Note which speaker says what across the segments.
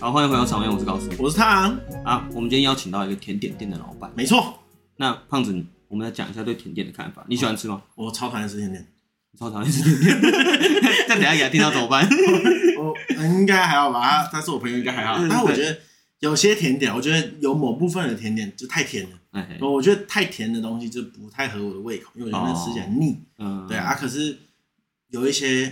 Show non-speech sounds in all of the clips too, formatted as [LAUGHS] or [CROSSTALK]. Speaker 1: 好，欢迎回到场面，我是高斯
Speaker 2: 我是汤，
Speaker 1: 啊。我们今天邀请到一个甜点店的老板，
Speaker 2: 没错，
Speaker 1: 那胖子，我们来讲一下对甜点的看法。你喜欢吃吗？
Speaker 2: 我超讨厌吃甜 [LAUGHS] 点，
Speaker 1: 你超讨厌吃甜点， [LAUGHS] 但等一下给他听到怎么办？
Speaker 2: 我哦应该还好吧？他他是我朋友，应该还好
Speaker 1: 嗯。
Speaker 2: 但是我觉得有些甜点，我觉得有某部分的甜点就太甜了，
Speaker 1: 哎，
Speaker 2: 我觉得太甜的东西就不太合我的胃口，因为我觉得那吃起来腻。
Speaker 1: 嗯，
Speaker 2: 对啊，，可是有一些，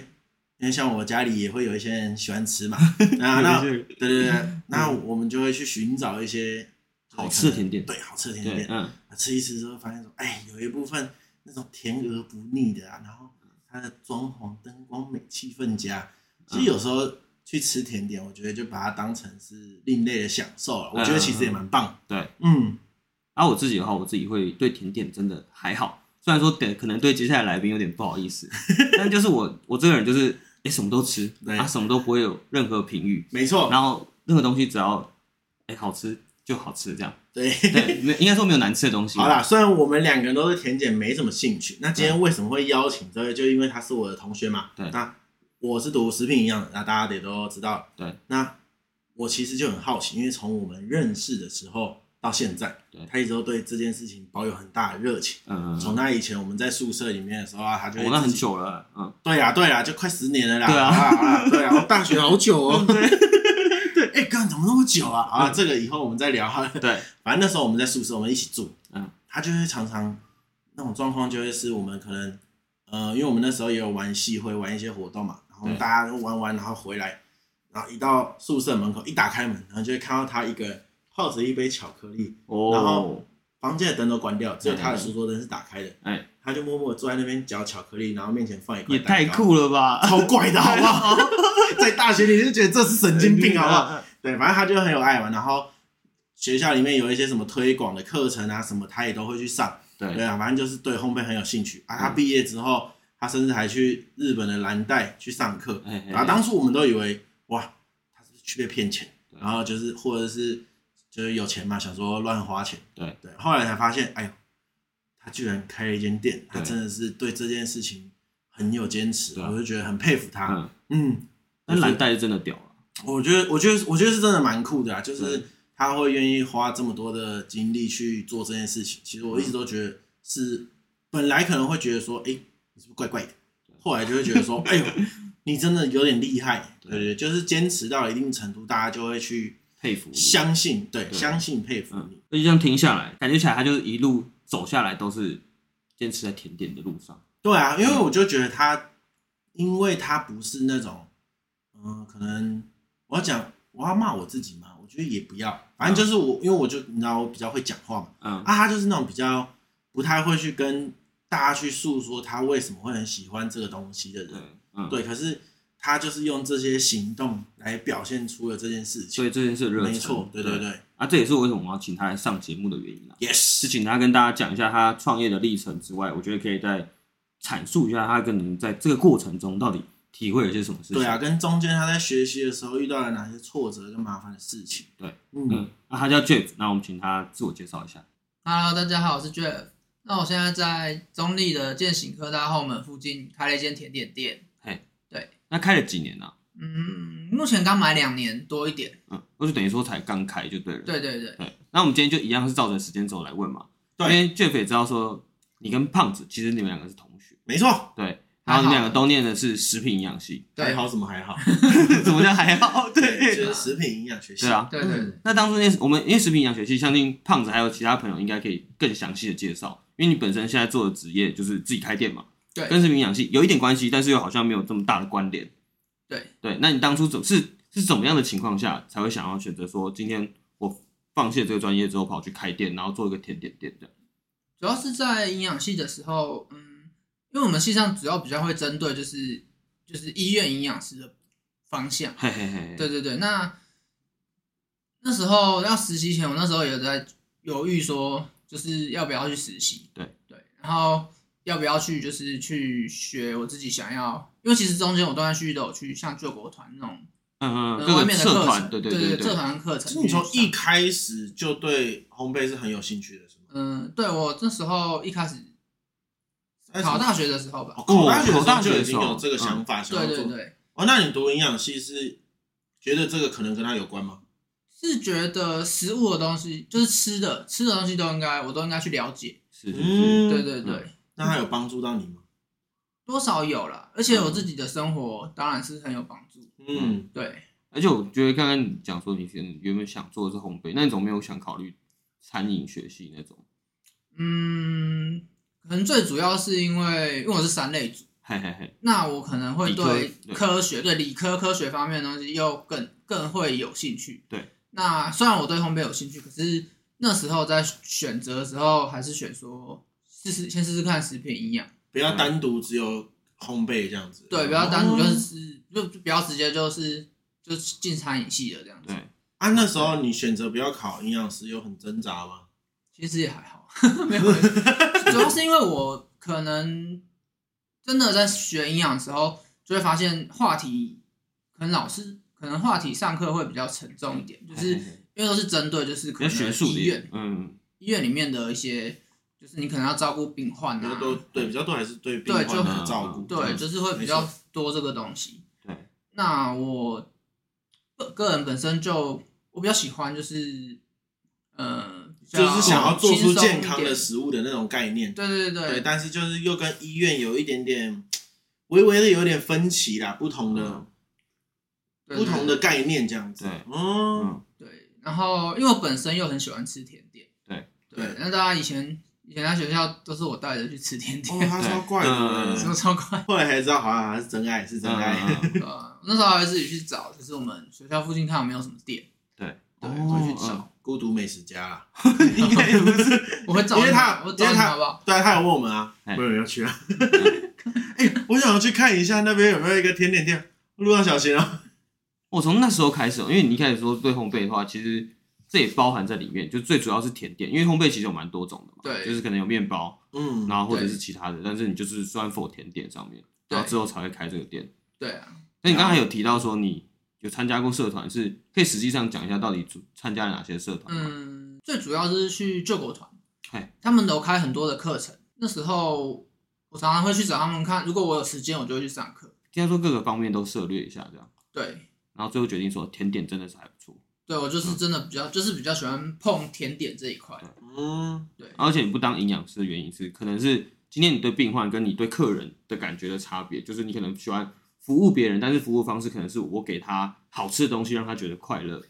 Speaker 2: 因为像我家里也会有一些人喜欢吃 [LAUGHS] 嘛，啊，那
Speaker 1: 有一些
Speaker 2: 对对对，那我们就会去寻找一些
Speaker 1: 好吃的甜点
Speaker 2: 对，好吃的甜
Speaker 1: 对，
Speaker 2: 点，
Speaker 1: 嗯，
Speaker 2: 吃一吃之后发现说，哎，有一部分那种甜而不腻的啊，然后它的装潢、灯光美、气氛佳。其实有时候去吃甜点，我觉得就把它当成是另类的享受了。我觉得其实也蛮棒。
Speaker 1: 对。
Speaker 2: 嗯，
Speaker 1: 啊，我自己的话，我自己会对甜点真的还好，虽然说对可能对接下来来宾有点不好意思， [LAUGHS] 但就是我我这个人就是哎什么都吃，
Speaker 2: 对
Speaker 1: 啊什么都不会有任何评语，
Speaker 2: 没错。
Speaker 1: 然后任何东西只要哎好吃就好吃这样，
Speaker 2: 对。
Speaker 1: 对，没应该说没有难吃的东西。
Speaker 2: 好啦，虽然我们两个人都对甜点没什么兴趣，那今天为什么会邀请这位？就因为他是我的同学嘛。
Speaker 1: 嗯对
Speaker 2: 那我是读食品营养的，那大家也都知道。
Speaker 1: 对。
Speaker 2: 那我其实就很好奇，因为从我们认识的时候到现在
Speaker 1: 对，
Speaker 2: 他一直都对这件事情保有很大的热情。
Speaker 1: 嗯，
Speaker 2: 从那以前我们在宿舍里面的时候啊，他就
Speaker 1: 我、
Speaker 2: 会
Speaker 1: 那很
Speaker 2: 自己。
Speaker 1: 久了，嗯，
Speaker 2: 对呀，对呀，就快十年了啦。
Speaker 1: 对啊
Speaker 2: 好啦，好啦，对啊，我大学好
Speaker 1: [LAUGHS]
Speaker 2: 久哦。对。 [LAUGHS] 对，哎，干怎么那么久啊？啊，这个以后我们再聊好了。
Speaker 1: 嗯对，
Speaker 2: 反正那时候我们在宿舍，我们一起住，
Speaker 1: 嗯，
Speaker 2: 他就会常常那种状况，就会是我们可能，呃，因为我们那时候也有玩戏，会玩一些活动嘛，然后
Speaker 1: 对
Speaker 2: 大家都玩玩，然后回来，然后一到宿舍门口，一打开门，然后就会看到他一个人泡着一杯巧克力， [LAUGHS] 然
Speaker 1: 哦
Speaker 2: 后，房间的灯都关掉，只有他的
Speaker 1: 嗯
Speaker 2: 书桌灯是打开的，
Speaker 1: 哎，
Speaker 2: 他就默默地坐在那边嚼巧克力，然后面前放一块
Speaker 1: 也
Speaker 2: 蛋
Speaker 1: 太
Speaker 2: 糕，
Speaker 1: 酷了吧！
Speaker 2: 超怪的好不好？ [LAUGHS] 在大学里就觉得这是神经病啊好不好？
Speaker 1: 嗯？
Speaker 2: 对，反正他就很有爱玩，然后学校里面有一些什么推广的课程啊，什么他也都会去上。对
Speaker 1: 对，
Speaker 2: 啊，反正就是对烘焙很有兴趣啊。
Speaker 1: 嗯
Speaker 2: 他毕业之后，他甚至还去日本的蓝带去上课。
Speaker 1: 哎
Speaker 2: 然后当初我们都以为，哇，他是不是去被骗钱，
Speaker 1: 对
Speaker 2: 然后就是或者是就是有钱嘛，想说乱花钱。
Speaker 1: 对
Speaker 2: 对，后来才发现，哎呦，他居然开了一间店，他
Speaker 1: 对
Speaker 2: 真的是对这件事情很有坚持，
Speaker 1: 对啊
Speaker 2: 我就觉得很佩服他。
Speaker 1: 嗯，
Speaker 2: 嗯，
Speaker 1: 但蓝带是真的屌啊了，
Speaker 2: 我觉得，我觉得，我觉得是真的蛮酷的啊，就是
Speaker 1: 对
Speaker 2: 他会愿意花这么多的精力去做这件事情。其实我一直都觉得是，本来可能会觉得说，哎、你是不是怪怪的？后来就会觉
Speaker 1: [LAUGHS]
Speaker 2: 得说，哎呦，你真的有点厉害，对
Speaker 1: 对
Speaker 2: 对对，就是坚持到一定程度，大家就会去
Speaker 1: 佩服你。
Speaker 2: 相信，对，
Speaker 1: 对
Speaker 2: 相信佩服
Speaker 1: 嗯
Speaker 2: 你，，
Speaker 1: 而且这样停下来，感觉起来他就是一路走下来都是坚持在甜点的路上。
Speaker 2: 对啊，因为我就觉得他，因为他不是那种，嗯、可能我要讲，我要骂我自己嘛，我觉得也不要，反正就是我，因为我就你知道我比较会讲话嘛。
Speaker 1: 嗯，
Speaker 2: 啊，他就是那种比较不太会去跟大家去诉说他为什么会很喜欢这个东西的
Speaker 1: 对
Speaker 2: 人，，
Speaker 1: 嗯，，
Speaker 2: 对。可是他就是用这些行动来表现出了这件事
Speaker 1: 所
Speaker 2: 情，
Speaker 1: 以这件事的热忱，
Speaker 2: 没错，对对对
Speaker 1: 啊，这也是为什么我要请他来上节目的原因啊。是
Speaker 2: ，yes，
Speaker 1: 请他跟大家讲一下他创业的历程之外，我觉得可以再阐述一下他跟您在这个过程中到底体会了些什么事情。
Speaker 2: 对啊，，跟中间他在学习的时候遇到了哪些挫折跟麻烦的事情，
Speaker 1: 对，
Speaker 2: 嗯，
Speaker 1: 嗯，那他叫 Jeff，那我们请他自我介绍一下。
Speaker 3: Hello，大家好，我是 Jeff。那我现在在中立的建行科大后门附近开了一间甜点店，
Speaker 1: 那开了几年呢、啊？
Speaker 3: 嗯，目前刚买两年多一点。
Speaker 1: 嗯，我就等于说才刚开就对了。
Speaker 3: 对对对，
Speaker 1: 对，那我们今天就一样是照着时间轴来问嘛。因
Speaker 2: 对
Speaker 1: 为 Jeff 也知道说你跟胖子其实你们两个是同学，
Speaker 2: 没错，
Speaker 1: 对，
Speaker 3: 还
Speaker 1: 然
Speaker 3: 好
Speaker 1: 后你们两个都念的是食品营养系， [LAUGHS]
Speaker 3: 对
Speaker 2: 还好什么还好，
Speaker 1: 怎么叫还好？
Speaker 2: [LAUGHS] 对，啊
Speaker 1: 对，
Speaker 2: 就是食品营养学系，嗯
Speaker 1: 对啊，
Speaker 3: 对对对
Speaker 1: 那当初那我们因为食品营养学系，相信胖子还有其他朋友应该可以更详细的介绍，因为你本身现在做的职业就是自己开店嘛，
Speaker 3: 对
Speaker 1: 跟食品营养系有一点关系，但是又好像没有这么大的关联。
Speaker 3: 对
Speaker 1: 对，那你当初怎是是怎么样的情况下才会想要选择说，今天我放弃了这个专业之后跑去开店，然后做一个甜点店这样？
Speaker 3: 主要是在营养系的时候，嗯，因为我们系上主要比较会针对就是就是医院营养师的方向。
Speaker 1: 嘿嘿嘿嘿，
Speaker 3: 对对对，那那时候要实习前，我那时候有在犹豫说，就是要不要去实习。
Speaker 1: 对
Speaker 3: 对，然后要不要去，就是去学我自己想要，因为其实中间我断断续续都有去像救国团那种
Speaker 1: 嗯嗯，
Speaker 3: 呃
Speaker 1: 各
Speaker 3: 外
Speaker 1: 个
Speaker 3: 面的
Speaker 1: 社
Speaker 3: 课
Speaker 1: 团，
Speaker 3: 程，
Speaker 1: 对
Speaker 3: 对
Speaker 1: 对
Speaker 3: 社团课
Speaker 2: 其实
Speaker 3: 程去上。
Speaker 2: 你从一开始就对烘焙是很有兴趣的，是吗？
Speaker 3: 嗯，对我那时候一开始考大学的时候吧，
Speaker 2: 哎哦，考大学的
Speaker 1: 考
Speaker 2: 时
Speaker 1: 大
Speaker 2: 候
Speaker 1: 学
Speaker 2: 就
Speaker 1: 的
Speaker 2: 已
Speaker 1: 时
Speaker 2: 经
Speaker 1: 候
Speaker 2: 有这个想法，想
Speaker 3: 对
Speaker 2: 要做
Speaker 3: 对对，
Speaker 2: 哦，那你读营养系是觉得这个可能跟他有关吗？
Speaker 3: 是觉得食物的东西，就是吃的吃的东西都应该，我都应该去了解。
Speaker 1: 是是是，
Speaker 3: 对对对，
Speaker 2: 那他有帮助到你吗？
Speaker 3: 多少有啦，而且我
Speaker 1: 嗯
Speaker 3: 自己的生活当然是很有帮助。
Speaker 2: 嗯，
Speaker 3: 对，
Speaker 1: 而且我觉得刚刚你讲说你原原本想做的是烘焙，那你怎么没有想考虑餐饮学系那种？
Speaker 3: 嗯，可能最主要是因为因为我是三类组，
Speaker 1: 嘿嘿嘿，
Speaker 3: 那我可能会
Speaker 1: 理科
Speaker 3: 对
Speaker 1: 对
Speaker 3: 科学、对理科科学方面的东西又更更会有兴趣。
Speaker 1: 对，
Speaker 3: 那虽然我对烘焙有兴趣，可是那时候在选择的时候还是选说试试先试试看食品营养，
Speaker 2: 不要单独只有烘焙这样子。
Speaker 3: 对，不要单独
Speaker 2: 哦
Speaker 3: 就是吃就就不要直接就是就进餐饮系的这样子。
Speaker 1: 对，
Speaker 2: 啊，那时候你选择不要考营养师，有很挣扎吗？
Speaker 3: 其实也还好， [LAUGHS] 没有，主要是因为我可能真的在学营养的时候，就会发现话题，可能老师可能话题上课会比较沉重一点，就是
Speaker 2: 哦
Speaker 1: 嘿嘿嘿
Speaker 3: 因为都是针对就是
Speaker 1: 比
Speaker 3: 可
Speaker 1: 较
Speaker 3: 能
Speaker 1: 学术
Speaker 3: 医
Speaker 1: 的
Speaker 3: 院，
Speaker 1: 嗯，
Speaker 3: 医院里面的一些，就是你可能要照顾病患
Speaker 2: 比较
Speaker 3: 啊，
Speaker 2: 多，对，比较多还是对病
Speaker 3: 对
Speaker 2: 患
Speaker 3: 就
Speaker 2: 的照顾。
Speaker 3: 对，就是会比
Speaker 2: 没
Speaker 3: 较
Speaker 2: 错
Speaker 3: 多这个东西。
Speaker 1: 对，
Speaker 3: 那我个个人本身就我比较喜欢就是，呃，比较
Speaker 2: 就是想要做出
Speaker 3: 轻松一
Speaker 2: 健康的
Speaker 3: 点
Speaker 2: 食物的那种概念。
Speaker 3: 对对对
Speaker 2: 对，但是就是又跟医院有一点点微微的有点分歧啦，不同的
Speaker 3: 嗯对
Speaker 2: 不同的概念这样子。
Speaker 1: 对
Speaker 2: 哦，
Speaker 1: 嗯
Speaker 3: 对。然后因为我本身又很喜欢吃甜点，
Speaker 1: 对
Speaker 3: 对
Speaker 2: 对。
Speaker 3: 那大家以前以前在学校都是我带着去吃甜
Speaker 2: 哦，
Speaker 3: [LAUGHS] 点，
Speaker 2: 他
Speaker 1: 对
Speaker 2: 超怪的
Speaker 1: 嗯
Speaker 3: 什
Speaker 2: 欸。
Speaker 3: 么超快。
Speaker 2: [LAUGHS] 后来才知道，好像是真爱，是真爱。
Speaker 1: 嗯嗯嗯
Speaker 3: 对啊那时候还会自己去找，就是我们学校附近看有没有什么店，
Speaker 1: 对
Speaker 2: [LAUGHS]
Speaker 3: 对，
Speaker 2: 哦
Speaker 3: 我会去找，
Speaker 2: 孤独美食家啦， [LAUGHS] 应该也不是。
Speaker 3: 我会找你，
Speaker 2: 因为他
Speaker 3: 我找
Speaker 2: 因
Speaker 3: 你
Speaker 2: 为他
Speaker 3: 好不好？
Speaker 2: [LAUGHS] 对，他有问我们啊，
Speaker 1: 哎
Speaker 2: 没有人要去啊。 [LAUGHS] 哎、我想要去看一下那边有没有一个甜点店，路上小心啊。
Speaker 1: 我哦从那时候开始，因为你一开始说对烘焙的话，其实这也包含在里面，就最主要是甜点，因为烘焙其实有蛮多种的嘛，
Speaker 3: 对
Speaker 1: 就是可能有面包，
Speaker 2: 嗯，
Speaker 1: 然后或者
Speaker 3: 对
Speaker 1: 是其他的，但是你就是专否甜点上面，
Speaker 3: 对
Speaker 1: 然后之后才会开这个店。
Speaker 3: 对啊，
Speaker 1: 那你刚才有提到说你有参加过社团，是可以实际上讲一下到底参加了哪些社团吗？
Speaker 3: 嗯，最主要就是去救国团
Speaker 1: 嗨，
Speaker 3: 他们有开很多的课程，那时候我常常会去找他们看，如果我有时间，我就会去上课。
Speaker 1: 听说各个方面都涉略一下，这样，
Speaker 3: 对，
Speaker 1: 然后最后决定说甜点真的是还不错，
Speaker 3: 对我就是真的比较，就是比较喜欢碰甜点这一块。
Speaker 2: 嗯，
Speaker 1: 而且你不当营养师的原因是，可能是今天你对病患跟你对客人的感觉的差别，就是你可能喜欢服务别人，但是服务方式可能是我给他好吃的东西，让他觉得快乐，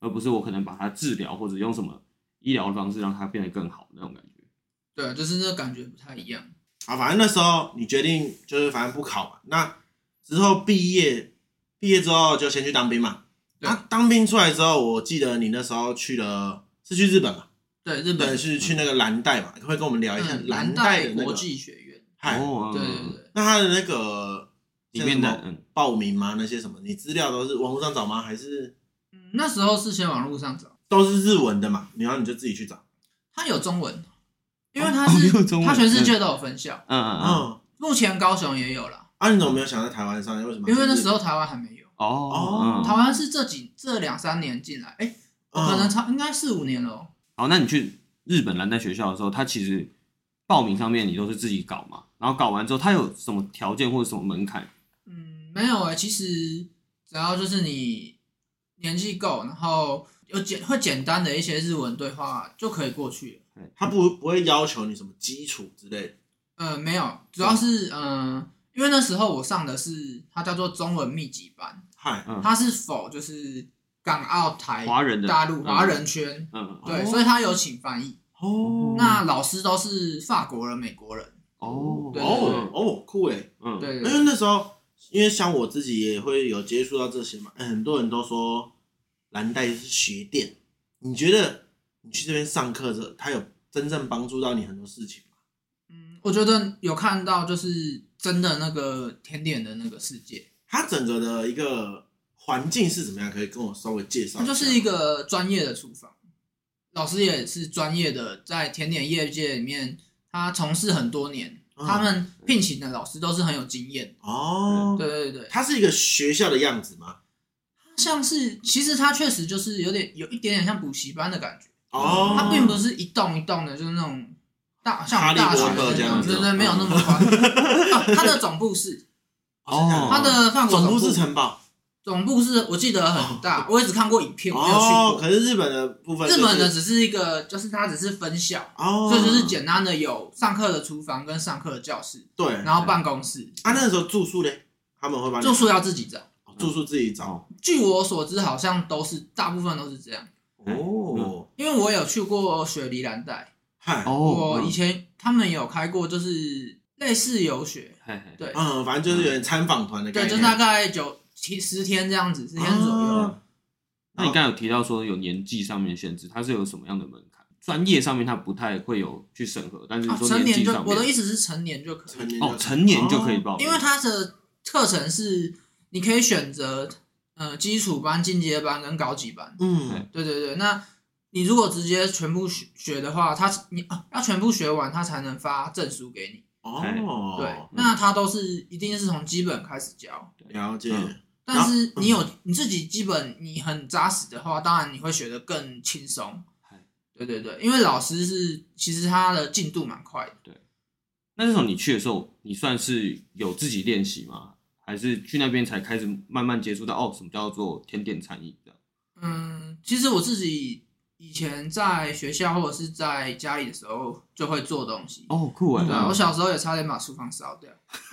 Speaker 1: 而不是我可能把他治疗或者用什么医疗的方式让他变得更好那种感觉。
Speaker 3: 对，啊就是那个感觉不太一样。
Speaker 2: 好，啊反正那时候你决定就是反正不考嘛，那之后毕业，毕业之后就先去当兵嘛。
Speaker 3: 对
Speaker 2: 啊，当兵出来之后，我记得你那时候去了是去日本嘛？
Speaker 3: 对，日
Speaker 2: 日
Speaker 3: 本
Speaker 2: 本是去那个蓝带嘛？会跟我们聊一下
Speaker 3: 嗯
Speaker 2: 蓝
Speaker 3: 带
Speaker 2: 带的那
Speaker 3: 国
Speaker 2: 个。
Speaker 3: 际学院。
Speaker 2: 嗨，
Speaker 1: 哦
Speaker 3: 哎对对对，
Speaker 2: 那他的那个
Speaker 1: 里面的
Speaker 2: 像什么
Speaker 1: 嗯
Speaker 2: 报名吗？那些什么？你资料都是网络上找吗？还是
Speaker 3: 嗯那时候是先网络上找，
Speaker 2: 都是日文的嘛？然后你就自己去找。
Speaker 3: 它有中文，因为它是
Speaker 1: 哦有中文
Speaker 3: 它全世界都有分校，
Speaker 1: 嗯嗯嗯，
Speaker 2: 嗯，
Speaker 3: 目前高雄也有啦，
Speaker 2: 啊，你怎么没有想在台湾上？为什么？
Speaker 3: 因为那时候台湾还没有，
Speaker 1: 哦，
Speaker 3: 台
Speaker 1: 嗯，
Speaker 3: 湾是这几这两三年进来，哎，
Speaker 2: 嗯
Speaker 3: 可能差应该四五年了哦。
Speaker 1: 好，那你去日本蓝带学校的时候，他其实报名上面你都是自己搞嘛，然后搞完之后，他有什么条件或者什么门槛？
Speaker 3: 嗯，没有哎、其实只要就是你年纪够，然后有简会简单的一些日文对话就可以过去了。
Speaker 2: 他不不会要求你什么基础之类的。
Speaker 3: 呃，没有，主要是嗯、呃因为那时候我上的是它叫做中文密集班，
Speaker 2: 嗨，
Speaker 1: 嗯
Speaker 3: 它是否就是港澳台
Speaker 1: 华人的
Speaker 3: 大陆
Speaker 1: 嗯
Speaker 3: 华人圈，
Speaker 1: 嗯，嗯
Speaker 3: 对，
Speaker 2: 哦
Speaker 3: 所以他有请翻译。
Speaker 2: 哦
Speaker 3: 那老师都是法国人、美国人，
Speaker 1: 哦
Speaker 3: 对
Speaker 2: 哦哦，酷哎！
Speaker 1: 嗯，
Speaker 3: 对
Speaker 2: 因为那时候，因为像我自己也会有接触到这些嘛，哎很多人都说蓝带是学店。你觉得你去这边上课之后，他有真正帮助到你很多事情吗？
Speaker 3: 嗯，我觉得有看到就是真的那个甜点的那个世界，
Speaker 2: 他整个的一个环境是怎么样？可以跟我稍微介绍
Speaker 3: 它
Speaker 2: 下吗？
Speaker 3: 就是一个专业的厨房，老师也是专业的，在甜点业界里面，他从事很多年，
Speaker 2: 嗯
Speaker 3: 他们聘请的老师都是很有经验的。
Speaker 2: 哦，
Speaker 3: 对对对，
Speaker 2: 它是一个学校的样子吗？
Speaker 3: 像是其实它确实就是有点有一点点像补习班的感觉，
Speaker 2: 哦，
Speaker 3: 它并不是一栋一栋的，就是那种大像我们
Speaker 2: 哈
Speaker 3: 大
Speaker 2: 利
Speaker 3: 学
Speaker 2: 波
Speaker 3: 的
Speaker 2: 特
Speaker 3: 那
Speaker 2: 这
Speaker 3: 种，
Speaker 2: 样子
Speaker 3: 对对，没有
Speaker 2: [LAUGHS]
Speaker 3: 那么宽。啊它的总部是
Speaker 1: 哦
Speaker 3: 它的法国
Speaker 2: 总部
Speaker 3: 部
Speaker 2: 是城堡
Speaker 3: 总部是我记得很大，我也只看过影片，我没有去
Speaker 2: 哦，
Speaker 3: 过。
Speaker 2: 可是日本的部分就
Speaker 3: 日
Speaker 2: 是，
Speaker 3: 本的只是一个，就是它只是分校，
Speaker 2: 哦，
Speaker 3: 所以就是简单的有上课的厨房跟上课的教室，
Speaker 2: 对，
Speaker 3: 然后办公室，
Speaker 2: 啊，那个时候住宿嘞，他们会帮你哦
Speaker 3: 住宿要自己找。
Speaker 2: 住宿自己找
Speaker 3: 据我所知，好像都是大部分都是这样，
Speaker 2: 哦，
Speaker 3: 因为我有去过雪梨蓝带，
Speaker 2: 嗨，
Speaker 1: 哦
Speaker 3: 我以前他们有开过就是类似游学，
Speaker 1: 嘿嘿
Speaker 3: 对
Speaker 2: 嗯，反正就是有点参访团的概
Speaker 3: 对，哦
Speaker 2: 念，哦
Speaker 3: 就大概九七十天这样子，十天左右。
Speaker 2: 啊
Speaker 1: 那你刚才有提到说有年纪上面限制，它是有什么样的门槛？专业上面它不太会有去审核，但是你
Speaker 3: 啊，
Speaker 1: 说
Speaker 3: 成
Speaker 1: 纪
Speaker 3: 年就
Speaker 1: 上
Speaker 3: 我的
Speaker 1: 面，
Speaker 3: 意思是成年就可以
Speaker 2: 成，年
Speaker 1: 哦，
Speaker 2: 就
Speaker 1: 成年就可以
Speaker 2: 哦
Speaker 1: 报名，
Speaker 3: 因为它的课程是你可以选择呃基础班、进阶班跟高级班。
Speaker 2: 嗯
Speaker 1: 对
Speaker 3: 对对对，那你如果直接全部学学的话，它你啊要全部学完，它才能发证书给你。
Speaker 2: 哦，
Speaker 3: 对，那它都是一定是从基本开始教，
Speaker 2: 了解
Speaker 1: 嗯
Speaker 3: 但是你有你自己基本你很扎实的话，当然你会学得更轻松
Speaker 1: 嗨。
Speaker 3: 对对对，因为老师是其实他的进度蛮快的，
Speaker 1: 那那时候你去的时候，你算是有自己练习吗？还是去那边才开始慢慢接触到哦，什么叫做甜点餐饮这样？
Speaker 3: 嗯，其实我自己以前在学校或者是在家里的时候就会做东西。
Speaker 1: 哦，酷哎！
Speaker 3: 对
Speaker 2: 嗯
Speaker 3: 啊，我小时候也差点把厨房烧掉。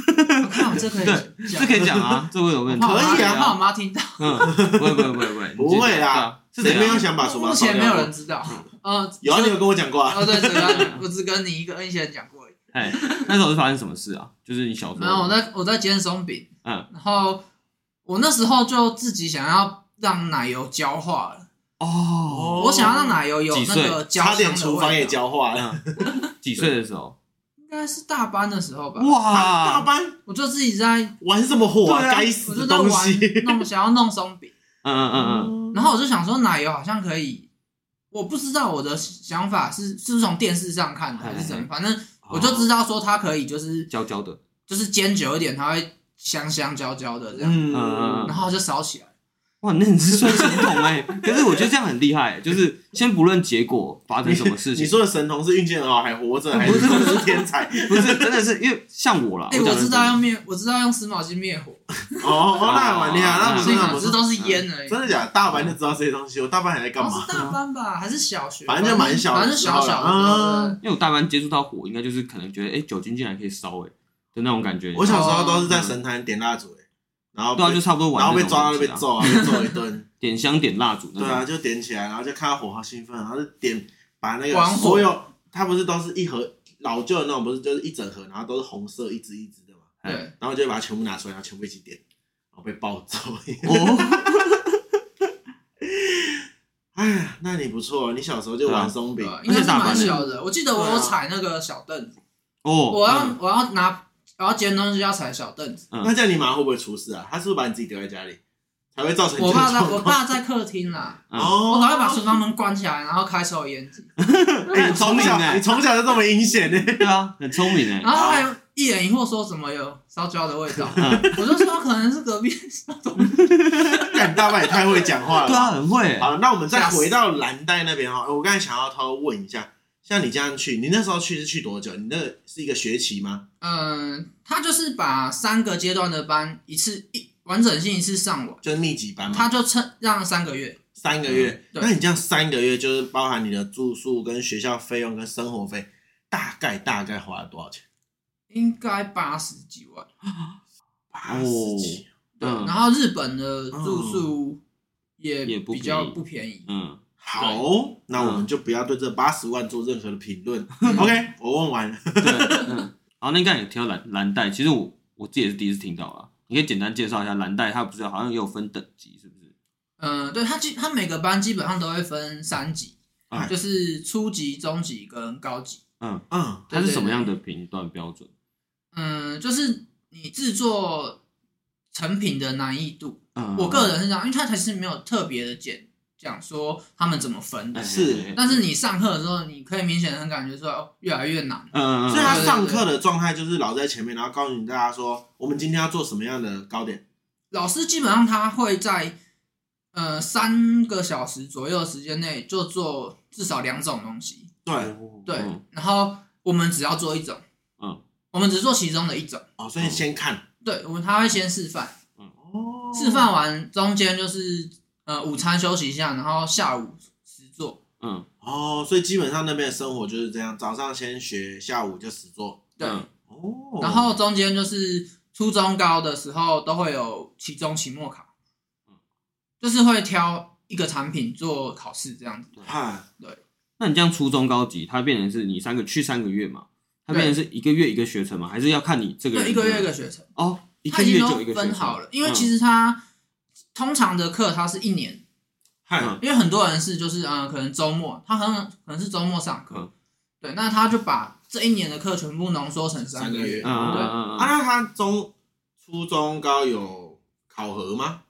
Speaker 3: 我看我这可以讲，
Speaker 1: 这可以讲啊，这会有问题？
Speaker 3: 怕我妈
Speaker 2: 可以啊
Speaker 3: 怕我妈听到。
Speaker 1: 嗯，不会不会不会不会，
Speaker 2: 不会啦，
Speaker 1: 啊是
Speaker 2: 谁
Speaker 1: 怎
Speaker 2: 没有
Speaker 1: 样？
Speaker 2: 想把厨
Speaker 3: 目
Speaker 2: 房烧
Speaker 3: 前
Speaker 2: 掉？
Speaker 3: 没有人知道。呃，
Speaker 2: 有啊，
Speaker 3: 就
Speaker 2: 你有跟我讲过啊，
Speaker 3: 哦，对，只跟我只跟你一个恩贤讲过而已。
Speaker 1: 哎，那时候是发生什么事啊？就是你小时候，
Speaker 3: 然后我在我在煎松饼，
Speaker 1: 嗯，
Speaker 3: 然后我那时候就自己想要让奶油焦化了，
Speaker 1: 哦，
Speaker 3: 我想要让奶油有
Speaker 1: 几
Speaker 3: 那
Speaker 1: 岁
Speaker 3: 个焦
Speaker 2: 差
Speaker 3: 香
Speaker 2: 点
Speaker 3: 的
Speaker 2: 厨房也
Speaker 3: 味道。
Speaker 2: 焦化了，
Speaker 1: 几岁的时候？
Speaker 3: 应该是大班的时候吧。
Speaker 2: 啊大
Speaker 1: 哇，
Speaker 2: 班
Speaker 3: 我就自己在，
Speaker 2: 玩什么火
Speaker 1: 对
Speaker 2: 啊？
Speaker 1: 啊
Speaker 2: 该
Speaker 3: 我
Speaker 2: 死
Speaker 3: 就
Speaker 2: 的
Speaker 3: 在
Speaker 2: 东
Speaker 3: 玩
Speaker 2: 西！
Speaker 3: 弄，想要弄松饼，
Speaker 1: 嗯嗯嗯嗯，
Speaker 2: 嗯
Speaker 3: 然后我就想说奶油好像可以。我不知道我的想法是是不是从电视上看的还是怎
Speaker 2: 哎
Speaker 3: 么，反正
Speaker 2: 嗯
Speaker 3: 我就
Speaker 2: 哦
Speaker 3: 知道说它可以就是
Speaker 1: 焦焦的，
Speaker 3: 就是煎久一点，它会香香焦焦的这样，
Speaker 2: 嗯
Speaker 1: 嗯
Speaker 3: 然后就烧起来。
Speaker 1: 哇，那你是算神童哎！可是我觉得这样很厉害，就是先不论结果发生什么事
Speaker 2: 你
Speaker 1: 情，
Speaker 2: 说的神童是运气很好，还活着，还是真的是天才？
Speaker 1: 不是真的是因为像我啦，
Speaker 2: 嗯
Speaker 3: 哎、
Speaker 1: 讲
Speaker 3: 我
Speaker 1: 的
Speaker 3: 知
Speaker 1: 是
Speaker 3: 道要灭，我知道用湿毛巾灭火，
Speaker 2: [LAUGHS] 哦，哦那很厉害，那不
Speaker 3: 所以
Speaker 2: 是
Speaker 1: 啊
Speaker 2: 那
Speaker 3: 哪
Speaker 2: 不
Speaker 3: 知
Speaker 2: 是
Speaker 3: 道是烟而已。
Speaker 2: 真的假的？大班就知道这些东西，我大班还在干
Speaker 3: 好
Speaker 1: 哦
Speaker 2: 嘛
Speaker 3: 像是？大班吧，还是小学？
Speaker 2: 反正就蛮小的
Speaker 3: 反正小小的
Speaker 2: 时候啊啦
Speaker 3: 对
Speaker 1: 因为我大班接触到火，应该就是可能觉得哎、诶酒精竟然可以烧哎、的那种感觉。
Speaker 2: 我小时候都是在神坛点蜡烛，哎，然后
Speaker 1: 对啊，
Speaker 2: 被
Speaker 1: 就差不多玩
Speaker 2: 然后
Speaker 1: 那
Speaker 2: 被
Speaker 1: 种
Speaker 2: 抓
Speaker 1: 东
Speaker 2: 到
Speaker 1: 西
Speaker 2: 被
Speaker 1: 啊，
Speaker 2: 揍啊，被揍一顿。
Speaker 1: 点香点蜡烛那
Speaker 2: 对
Speaker 1: 种。
Speaker 2: 啊，就点起来，然后就看到火，好兴奋，然后就点把那个
Speaker 3: 玩火
Speaker 2: 所有，它不是都是一盒老旧的那种，不是就是一整盒，然后都是红色一支一支的嘛，
Speaker 3: 对
Speaker 1: 哎
Speaker 3: 对，
Speaker 2: 然后就把它全部拿出来，然后全部一起点，然后被暴揍。
Speaker 1: 哦，
Speaker 2: 哎呀，那你不错，你小时候就
Speaker 1: 啊
Speaker 2: 玩松饼
Speaker 3: 对，啊应该是
Speaker 1: 而
Speaker 3: 蛮
Speaker 1: 且大
Speaker 3: 小的。我记得
Speaker 2: 啊
Speaker 3: 我有踩那个小凳子，
Speaker 1: 哦，
Speaker 3: 我要
Speaker 1: 嗯
Speaker 3: 我要拿我要煎东西要踩
Speaker 2: [LAUGHS]
Speaker 3: 小凳子。
Speaker 1: 嗯
Speaker 2: 那这样你妈会不会出事啊？她是不是把你自己丢在家里，才会造成
Speaker 3: 我爸
Speaker 2: 这
Speaker 3: 在
Speaker 2: 种
Speaker 3: 我爸在客厅啦，
Speaker 1: 嗯
Speaker 2: 哦，
Speaker 3: 我赶快把厨房门关起来，然后开抽油烟机，
Speaker 2: 哎，你从
Speaker 1: 很聪明
Speaker 2: 小
Speaker 1: 哎
Speaker 2: 你从小就这么阴险 [LAUGHS] 呢？
Speaker 1: 对啊，很聪明哎、
Speaker 3: 然后还有一人一户说什么有烧焦的
Speaker 2: [LAUGHS]
Speaker 3: 味道，
Speaker 1: 嗯
Speaker 3: 我就说可能是隔壁烧的味道。
Speaker 2: 干大爸也太会讲话了吧。
Speaker 1: 对啊，很会、欸。
Speaker 2: 好，那我们再回到蓝带那边哈，我刚才想要偷问一下，像你这样去，你那时候去是去多久？你那是一个学期吗？
Speaker 3: 嗯，他就是把三个阶段的班一次一完整性一次上完，
Speaker 2: 就是密集班吗？
Speaker 3: 他就趁让三个月。
Speaker 2: 三个月，
Speaker 3: 对
Speaker 2: 那你这样三个月就是包含你的住宿跟学校费用跟生活费，大概大概花了多少钱？
Speaker 3: 应该八十几万。
Speaker 2: 八十几，
Speaker 3: 对，
Speaker 1: 嗯
Speaker 3: 然后日本的住宿也
Speaker 1: 也不
Speaker 3: 比较
Speaker 1: 便宜
Speaker 3: 不便宜。
Speaker 1: 嗯，
Speaker 2: 好，那
Speaker 3: 嗯
Speaker 2: 我们就不要对这八十万做任何的评
Speaker 3: [LAUGHS]
Speaker 2: 论。OK，我问完了。
Speaker 1: 对，嗯。好，那你刚才也提到蓝蓝带，其实我我自己也是第一次听到啊。你可以简单介绍一下蓝带，它不是好像也有分等级，是不是？
Speaker 3: 嗯，对，它基它每个班基本上都会分三级
Speaker 1: 哎，
Speaker 3: 就是初级、中级跟高级。
Speaker 1: 嗯，
Speaker 2: 嗯，
Speaker 1: 它是什么样的评断标准？
Speaker 3: 嗯，就是你制作成品的难易度，
Speaker 1: 嗯，
Speaker 3: 我个人是这样，因为它才是没有特别的讲讲说他们怎么分
Speaker 1: 哎
Speaker 3: 的。
Speaker 2: 是
Speaker 3: 但是你上课的时候，你可以明显很感觉出来，哦，越来越难。
Speaker 1: 嗯，嗯嗯
Speaker 2: 所以他上课的状态就是老在前面，然后告诉你大家说，我们今天要做什么样的糕点。
Speaker 3: 老师基本上他会在呃三个小时左右的时间内就做至少两种东西，
Speaker 2: 对，
Speaker 1: 哦
Speaker 3: 对，
Speaker 1: 嗯
Speaker 3: 然后我们只要做一种，
Speaker 1: 嗯，
Speaker 3: 我们只做其中的一种，
Speaker 2: 哦，所以先看
Speaker 3: 对，我们他会先示范，
Speaker 2: 哦
Speaker 3: 吃饭完中间就是呃午餐休息一下，然后下午实做。
Speaker 1: 嗯，
Speaker 2: 哦，所以基本上那边的生活就是这样，早上先学，下午就实做。
Speaker 3: 对，
Speaker 1: 嗯
Speaker 2: 哦，
Speaker 3: 然后中间就是初中高的时候都会有期中、期末考
Speaker 1: 嗯，
Speaker 3: 就是会挑一个产品做考试这样子。
Speaker 2: 看，
Speaker 1: 那你这样初中高级，它变成是你三个去三个月嘛？它变成是一个月一个学程吗？还是要看你这个人
Speaker 3: 对，一个月一个学程，
Speaker 1: 哦，一
Speaker 3: 它
Speaker 1: 个
Speaker 3: 已
Speaker 1: 月
Speaker 3: 经
Speaker 1: 就一个
Speaker 3: 都
Speaker 1: 学程
Speaker 3: 分好了，因为
Speaker 1: 嗯
Speaker 3: 其实它通常的课它是一年。
Speaker 2: 看
Speaker 1: 嗯，
Speaker 3: 因为很多人是就是嗯、呃可能周末他很可能是周末上课，
Speaker 1: 嗯
Speaker 3: 对，那他就把这一年的课全部浓缩成三
Speaker 2: 三个月
Speaker 3: 月，
Speaker 1: 嗯嗯
Speaker 3: 对
Speaker 1: 嗯嗯嗯，
Speaker 2: 啊，那他中、初中、高有考核吗？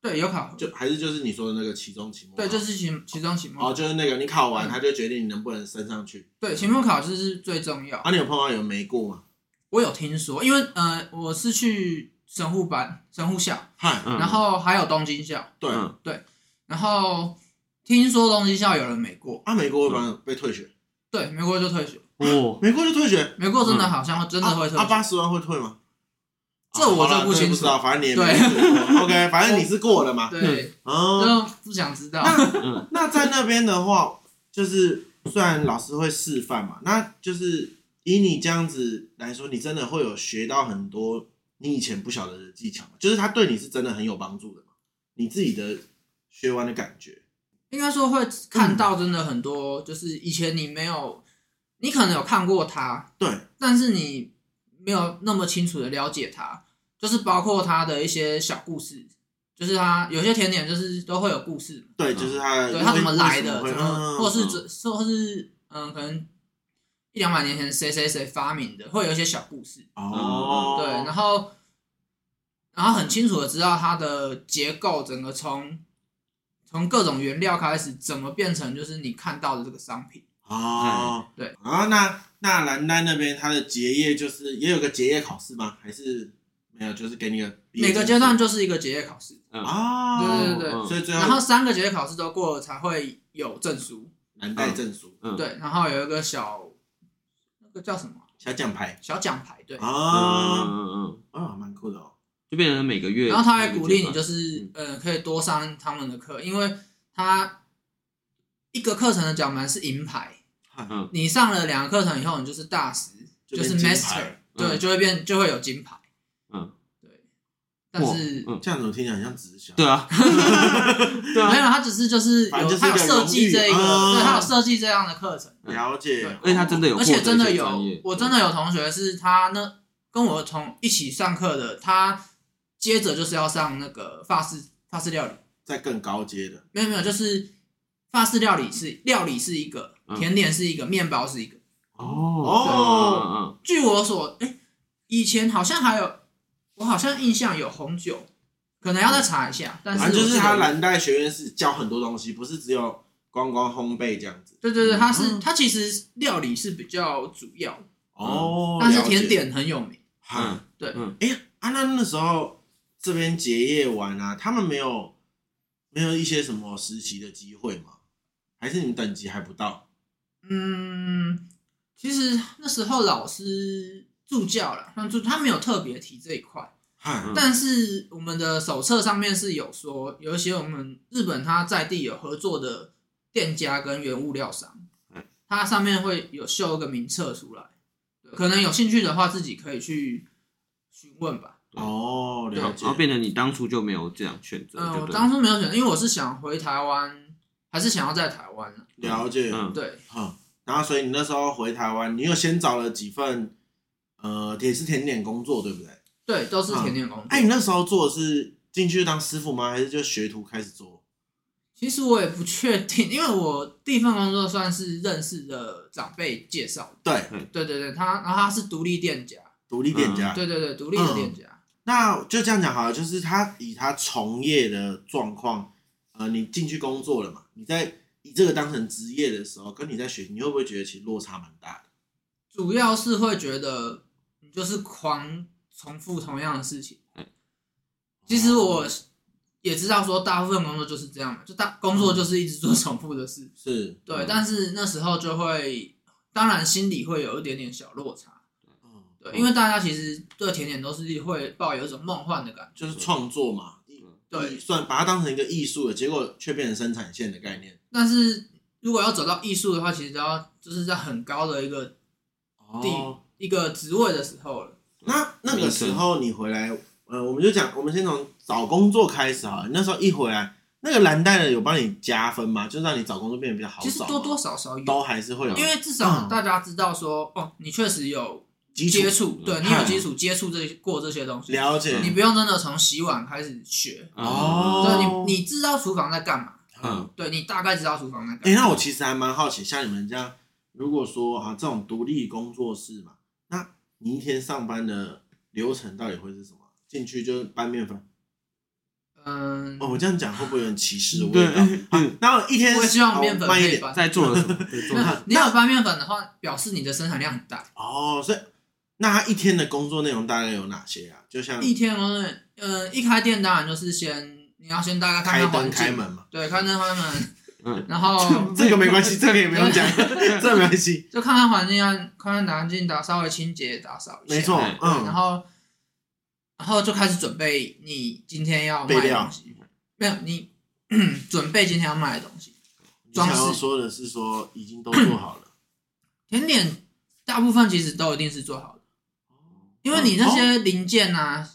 Speaker 3: 对，有考核，
Speaker 2: 就还是就是你说的那个期中、期末考？
Speaker 3: 对，就是期期中、期末，
Speaker 2: 哦，就是那个你考完，
Speaker 3: 嗯
Speaker 2: 他就决定你能不能升上去。
Speaker 3: 对，期末考就是最重要。
Speaker 2: 啊，你有碰到有没过吗？
Speaker 3: 我有听说，因为呃，我是去神户班、神户校，
Speaker 2: 嗨，
Speaker 1: 嗯
Speaker 3: 啊然后还有东京校，
Speaker 2: 对，
Speaker 1: 嗯
Speaker 3: 然后听说东京校有人没过，
Speaker 2: 啊，没过
Speaker 1: 嗯
Speaker 2: 会帮被退学，
Speaker 3: 对，没过就退学，
Speaker 1: 哦，
Speaker 2: 没过就退学，
Speaker 3: 没过真的好像真的会退
Speaker 2: 啊，
Speaker 3: 学，
Speaker 2: 八十万会退吗？啊
Speaker 3: 这我
Speaker 2: 就
Speaker 3: 就不清楚
Speaker 2: 不知道，反正你也没退 OK，反正你是过了嘛。
Speaker 3: 对，
Speaker 2: 啊嗯，
Speaker 3: 就不想知道，
Speaker 1: 嗯
Speaker 2: 那在那边的话，就是虽然老师会示范嘛，那就是以你这样子来说，你真的会有学到很多你以前不晓得的技巧吗，就是他对你是真的很有帮助的嘛，你自己的学完的感觉。
Speaker 3: 应该说会看到真的很多，就是以前你没有，你可能有看过它，
Speaker 2: 对，
Speaker 3: 但是你没有那么清楚的了解它，就是包括它的一些小故事，就是它有些甜点就是都会有故事，
Speaker 2: 对，
Speaker 1: 嗯
Speaker 2: 就是他
Speaker 3: 对它怎么来的，
Speaker 2: 为
Speaker 3: 怎
Speaker 2: 什么
Speaker 3: 么，
Speaker 2: 会
Speaker 3: 或
Speaker 2: 嗯
Speaker 3: 是这，或是嗯，可能一两百年前谁谁谁发明的，会有一些小故事，
Speaker 2: 哦，
Speaker 3: 对，然后然后很清楚的知道它的结构，整个从从各种原料开始，怎么变成就是你看到的这个商品。
Speaker 2: 哦，
Speaker 3: 嗯对。
Speaker 2: 然后那那兰丹那边，他的结业就是也有个结业考试吗？还是没有？就是给你个毕业
Speaker 3: 每个
Speaker 2: 证
Speaker 3: 阶段
Speaker 2: 书
Speaker 3: 就是一个结业考试，
Speaker 2: 哦，
Speaker 3: 对对对
Speaker 1: 嗯
Speaker 2: 所以最
Speaker 3: 然后
Speaker 2: 后
Speaker 3: 三个结业考试都过了才会有证书，
Speaker 2: 蓝带证书、
Speaker 1: 嗯，
Speaker 3: 对，然后有一个小那个叫什么啊
Speaker 2: 小奖牌
Speaker 3: 小奖牌，对，
Speaker 1: 嗯
Speaker 2: 啊，
Speaker 1: 嗯嗯嗯，
Speaker 2: 啊，蛮酷的哦。
Speaker 1: 就变成每个月，
Speaker 3: 然后他还鼓励你就是
Speaker 1: 嗯
Speaker 3: 呃可以多上他们的课，因为他一个课程的奖牌是银牌，
Speaker 1: 嗯
Speaker 3: 你上了两个课程以后，你就是大师，
Speaker 2: 就
Speaker 3: 就是
Speaker 2: 变金牌
Speaker 3: master，
Speaker 1: 嗯
Speaker 3: 对，就会变就会有金牌，
Speaker 1: 嗯，
Speaker 3: 对。但是
Speaker 1: 哇嗯
Speaker 2: 这样子我听起来很像直销。
Speaker 1: 对啊， [LAUGHS] 对
Speaker 3: 没
Speaker 1: 啊，
Speaker 3: 有，他只是就是
Speaker 2: 反正就
Speaker 3: 有
Speaker 2: 是一
Speaker 3: 他
Speaker 2: 个
Speaker 3: 有设计这一
Speaker 2: 荣
Speaker 3: 个，
Speaker 2: 誉啊
Speaker 3: 对，他有设计这样的课程，
Speaker 2: 了解
Speaker 3: 对。
Speaker 1: 而且他真的有获
Speaker 3: 而
Speaker 1: 得一
Speaker 3: 且
Speaker 1: 些
Speaker 3: 真的
Speaker 1: 专业嗯
Speaker 3: 有，我真的有同学是他那跟我同一起上课的，他接着就是要上那个法式法式料理，
Speaker 2: 在更高阶的
Speaker 3: 没有没有，就是法式料理是料理是一个，
Speaker 1: 嗯
Speaker 3: 甜点是一个，面包是一个。
Speaker 1: 哦
Speaker 2: 哦
Speaker 1: 哦，
Speaker 3: 据我所，哎、以前好像还有，我好像印象有红酒，可能要再查一下。但是
Speaker 2: 反正就
Speaker 3: 我记
Speaker 2: 是
Speaker 3: 得
Speaker 2: 他蓝带学院是教很多东西，不是只有光光烘焙这样子。
Speaker 3: 对对对，他是、
Speaker 2: 嗯
Speaker 3: 他其实料理是比较主要，
Speaker 2: 哦，
Speaker 3: 但是
Speaker 2: 了解
Speaker 3: 甜。点很有名。
Speaker 2: 嗨
Speaker 1: 嗯
Speaker 2: 哎、呀，啊，那那时候这边结业完啊，他们没有没有一些什么实习的机会吗？还是你们等级还不到？
Speaker 3: 嗯，其实那时候老师助教啦，他助他没有特别提这一块，
Speaker 2: 嗨，
Speaker 1: 嗯
Speaker 3: 但是我们的手册上面是有说，有一些我们日本他在地有合作的店家跟原物料商
Speaker 1: 嗯，
Speaker 3: 它上面会有秀一个名册出来，对可能有兴趣的话自己可以去询问吧。
Speaker 2: 哦，了解
Speaker 1: 啊然后。变成你当初就没有这样选择，
Speaker 3: 嗯、
Speaker 1: 就
Speaker 3: 我
Speaker 1: 对
Speaker 3: 当初没有选，因为我是想回台湾，还是想要在台湾啊
Speaker 2: 了解，嗯，
Speaker 1: 嗯
Speaker 3: 对，
Speaker 2: 然后所以你那时候回台湾，你又先找了几份，呃，也是甜点工作，对不对？
Speaker 3: 对，都
Speaker 1: 嗯
Speaker 3: 是甜点工作。
Speaker 2: 哎、你那时候做的是进去当师傅吗？还是就学徒开始做？
Speaker 3: 其实我也不确定，因为我第一份工作算是认识的长辈介绍的。
Speaker 2: 对，
Speaker 3: 对对对，他然后他是独立店家，
Speaker 2: 独立店家。
Speaker 3: 嗯对对对，独立
Speaker 1: 嗯
Speaker 3: 的店家。
Speaker 2: 那就这样讲好了，就是他以他从业的状况，呃，你进去工作了嘛？你在以这个当成职业的时候，跟你在学，你会不会觉得其实落差蛮大的？
Speaker 3: 主要是会觉得你就是狂重复同样的事情
Speaker 2: 嗯
Speaker 1: 哎。
Speaker 3: 其实我也知道说，大部分工作就是这样嘛，就大工作就是一直做重复的事。
Speaker 2: 是，
Speaker 3: 对
Speaker 1: 嗯，
Speaker 3: 但是那时候就会，当然心里会有一点点小落差。
Speaker 2: 嗯，
Speaker 3: 对，因为大家其实对甜点都是会抱有一种梦幻的感觉。
Speaker 2: 就是创作嘛，
Speaker 3: 对
Speaker 2: 艺算把它当成一个艺术了，结果却变成生产线的概念。
Speaker 3: 但是如果要走到艺术的话，其实要就是在很高的一个地、
Speaker 2: 哦，
Speaker 3: 一个职位的时候了。
Speaker 2: 那那个时候你回来，呃，我们就讲，我们先从找工作开始啊。你那时候一回来，那个蓝带的有帮你加分吗？就让你找工作变得比较好
Speaker 3: 其实
Speaker 2: 找吗，
Speaker 3: 多多少少有，
Speaker 2: 都还是会有，
Speaker 3: 因为至
Speaker 2: 嗯
Speaker 3: 少大家知道说，哦，你确实有
Speaker 2: 基础
Speaker 3: 接触，对你
Speaker 2: 嗯嗨
Speaker 3: 有基础接触这些过这些东西，
Speaker 2: 了解
Speaker 3: 你不用真的从洗碗开始学，
Speaker 1: 嗯
Speaker 2: 哦
Speaker 3: 对你你知道厨房在干嘛，
Speaker 2: 嗯。
Speaker 3: 对你大概知道厨房在
Speaker 2: 哎、
Speaker 3: 干嘛。
Speaker 2: 那我其实还蛮好奇，像你们这样，如果说啊这种独立工作室嘛，那你一天上班的流程到底会是什么？进去就拌面粉。
Speaker 3: 嗯，
Speaker 2: 哦，我这样讲会不会有点歧视的味
Speaker 1: 对
Speaker 2: 道？
Speaker 1: 嗯
Speaker 2: 然后一天，
Speaker 3: 我也希望
Speaker 2: 哦
Speaker 3: 面粉
Speaker 2: 慢
Speaker 3: 可
Speaker 2: 一
Speaker 3: 以
Speaker 2: 点
Speaker 1: [LAUGHS]
Speaker 3: 吧。
Speaker 1: 在做 [LAUGHS] 了什么？在做
Speaker 3: 没
Speaker 1: 了什
Speaker 3: 有
Speaker 1: 么
Speaker 3: 你有翻面粉的话，表示你的生产量很大。
Speaker 2: 哦。所以，那他一天的工作内容大概有哪些啊？就像
Speaker 3: 一天哦，呃，一开店当然就是先你要先大概看
Speaker 2: 开
Speaker 3: 看
Speaker 2: 灯、
Speaker 3: 环
Speaker 2: 开
Speaker 3: 境，
Speaker 2: 门嘛。
Speaker 3: 对，开灯开门，
Speaker 1: 嗯，
Speaker 2: [LAUGHS]
Speaker 3: 然后
Speaker 2: 这个没
Speaker 3: [LAUGHS]
Speaker 2: 关系，这个也不用讲，这没关系。
Speaker 3: 就看看环境啊，看看环境打稍微清洁打扫一下，
Speaker 2: 没错
Speaker 1: 哎，
Speaker 3: 对然
Speaker 2: 嗯，
Speaker 3: 后然后就开始准备你今天要卖
Speaker 2: 备
Speaker 3: 的
Speaker 2: 料
Speaker 3: 东西，没有你 [CLEARS THROAT] 准备今天要卖的东西，
Speaker 2: 你
Speaker 3: 装
Speaker 2: 想
Speaker 3: 饰
Speaker 2: 要说的是说已经都做好了，
Speaker 3: 甜点大部分其实都一定是做好的，因为你那些零件啊，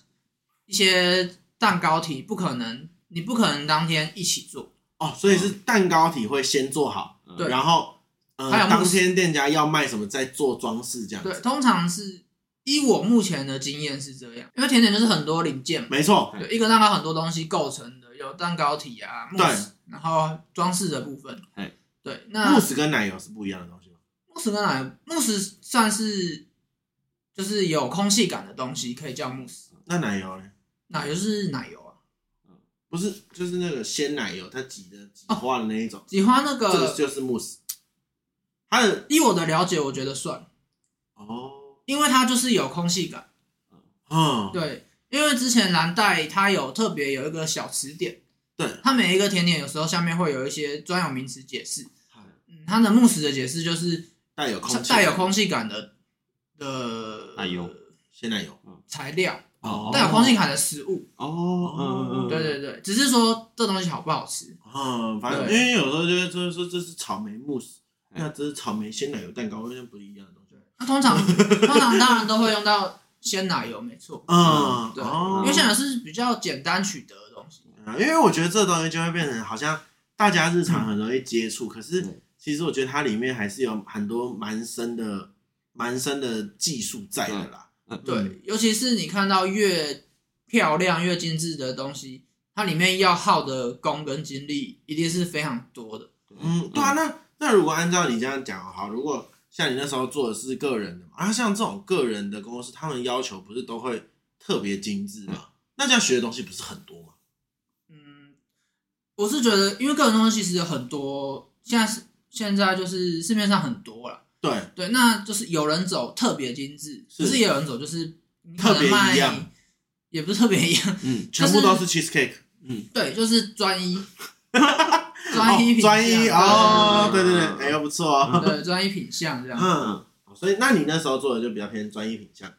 Speaker 3: 一些蛋糕体不可能，你不可能当天一起做，
Speaker 2: 哦，所以是蛋糕体会先做好，
Speaker 1: 对
Speaker 2: 然后呃，
Speaker 3: 还有慕
Speaker 2: 当天店家要卖什么再做装饰这样
Speaker 3: 对，
Speaker 2: 子，
Speaker 3: 通常是依我目前的经验是这样，因为甜点就是很多零件嘛，
Speaker 2: 没错，
Speaker 3: 对，一个蛋糕很多东西构成的，有蛋糕体啊，慕斯，然后装饰的部分
Speaker 1: 哎，
Speaker 3: 对，
Speaker 2: 慕
Speaker 3: 那
Speaker 2: 斯跟奶油是不一样的东西吗？
Speaker 3: 慕斯跟奶慕斯算是就是有空气感的东西，可以叫慕斯，
Speaker 2: 那奶油呢？
Speaker 3: 奶油是奶油啊。
Speaker 2: 不是，就是那个鲜奶油，它挤的挤
Speaker 3: 哦
Speaker 2: 化的那一种，
Speaker 3: 喜欢那
Speaker 2: 这
Speaker 3: 个
Speaker 2: 个就是慕斯，它的
Speaker 3: 依我的了解，我觉得算，
Speaker 2: 哦，
Speaker 3: 因为它就是有空气感。
Speaker 2: 嗯，
Speaker 3: 对，因为之前蓝带它有特别有一个小词典，
Speaker 2: 对，
Speaker 3: 它每一个甜点有时候下面会有一些专有名词解释。
Speaker 2: 好
Speaker 3: 嗯，它的慕斯的解释就是
Speaker 2: 带有空气，
Speaker 3: 带有空气感的的
Speaker 1: 奶油
Speaker 2: 鲜奶油，
Speaker 3: 材料，
Speaker 1: 哦
Speaker 3: 带有空气感的食物。
Speaker 1: 哦，嗯嗯嗯，
Speaker 3: 对对对，只是说这东西好不好吃，
Speaker 2: 嗯，反正因
Speaker 3: 对哎
Speaker 2: 为有时候就会就是说这是草莓慕斯，
Speaker 1: 嗯
Speaker 2: 那这是草莓鲜奶油蛋糕，好像不是一样的东西，
Speaker 3: 那通常通常当然都会用到鲜奶油，没错，
Speaker 2: 嗯，
Speaker 3: 对
Speaker 2: 哦
Speaker 3: 因为鲜奶是比较简单取得的东西。
Speaker 2: 啊，因为我觉得这东西就会变成好像大家日常很容易接触，可
Speaker 1: 对
Speaker 2: 是其实我觉得它里面还是有很多蛮深的、蛮深的技术在的啦。
Speaker 1: 嗯
Speaker 3: 对，尤其是你看到越漂亮、越精致的东西，它里面要耗的功跟精力一定是非常多的。
Speaker 2: 嗯，对啊，那那如果按照你这样讲，好，如果像你那时候做的是个人的嘛，啊，像这种个人的公司，他们要求不是都会特别精致嘛？那这样学的东西不是很多嘛？
Speaker 3: 嗯，我是觉得，因为个人东西其实有很多，现在是现在就是市面上很多了。
Speaker 2: 对，
Speaker 3: 对，那就是有人走特别精致，
Speaker 2: 是
Speaker 3: 可是也有人走就是你可
Speaker 2: 特别
Speaker 3: 能
Speaker 2: 一
Speaker 3: 卖
Speaker 2: 样，
Speaker 3: 也不是特别一样。
Speaker 1: 嗯
Speaker 2: 全部都是 cheesecake，
Speaker 3: 对，就是专一，
Speaker 2: 哦
Speaker 3: 专一品嗯相
Speaker 2: 专一哦，
Speaker 1: 对
Speaker 2: 对
Speaker 1: 对
Speaker 2: 对
Speaker 1: 对
Speaker 2: 对，哎，又不错哦，
Speaker 3: 对，专一品相这样。
Speaker 2: 嗯，所以那你那时候做的就比较偏专业品相。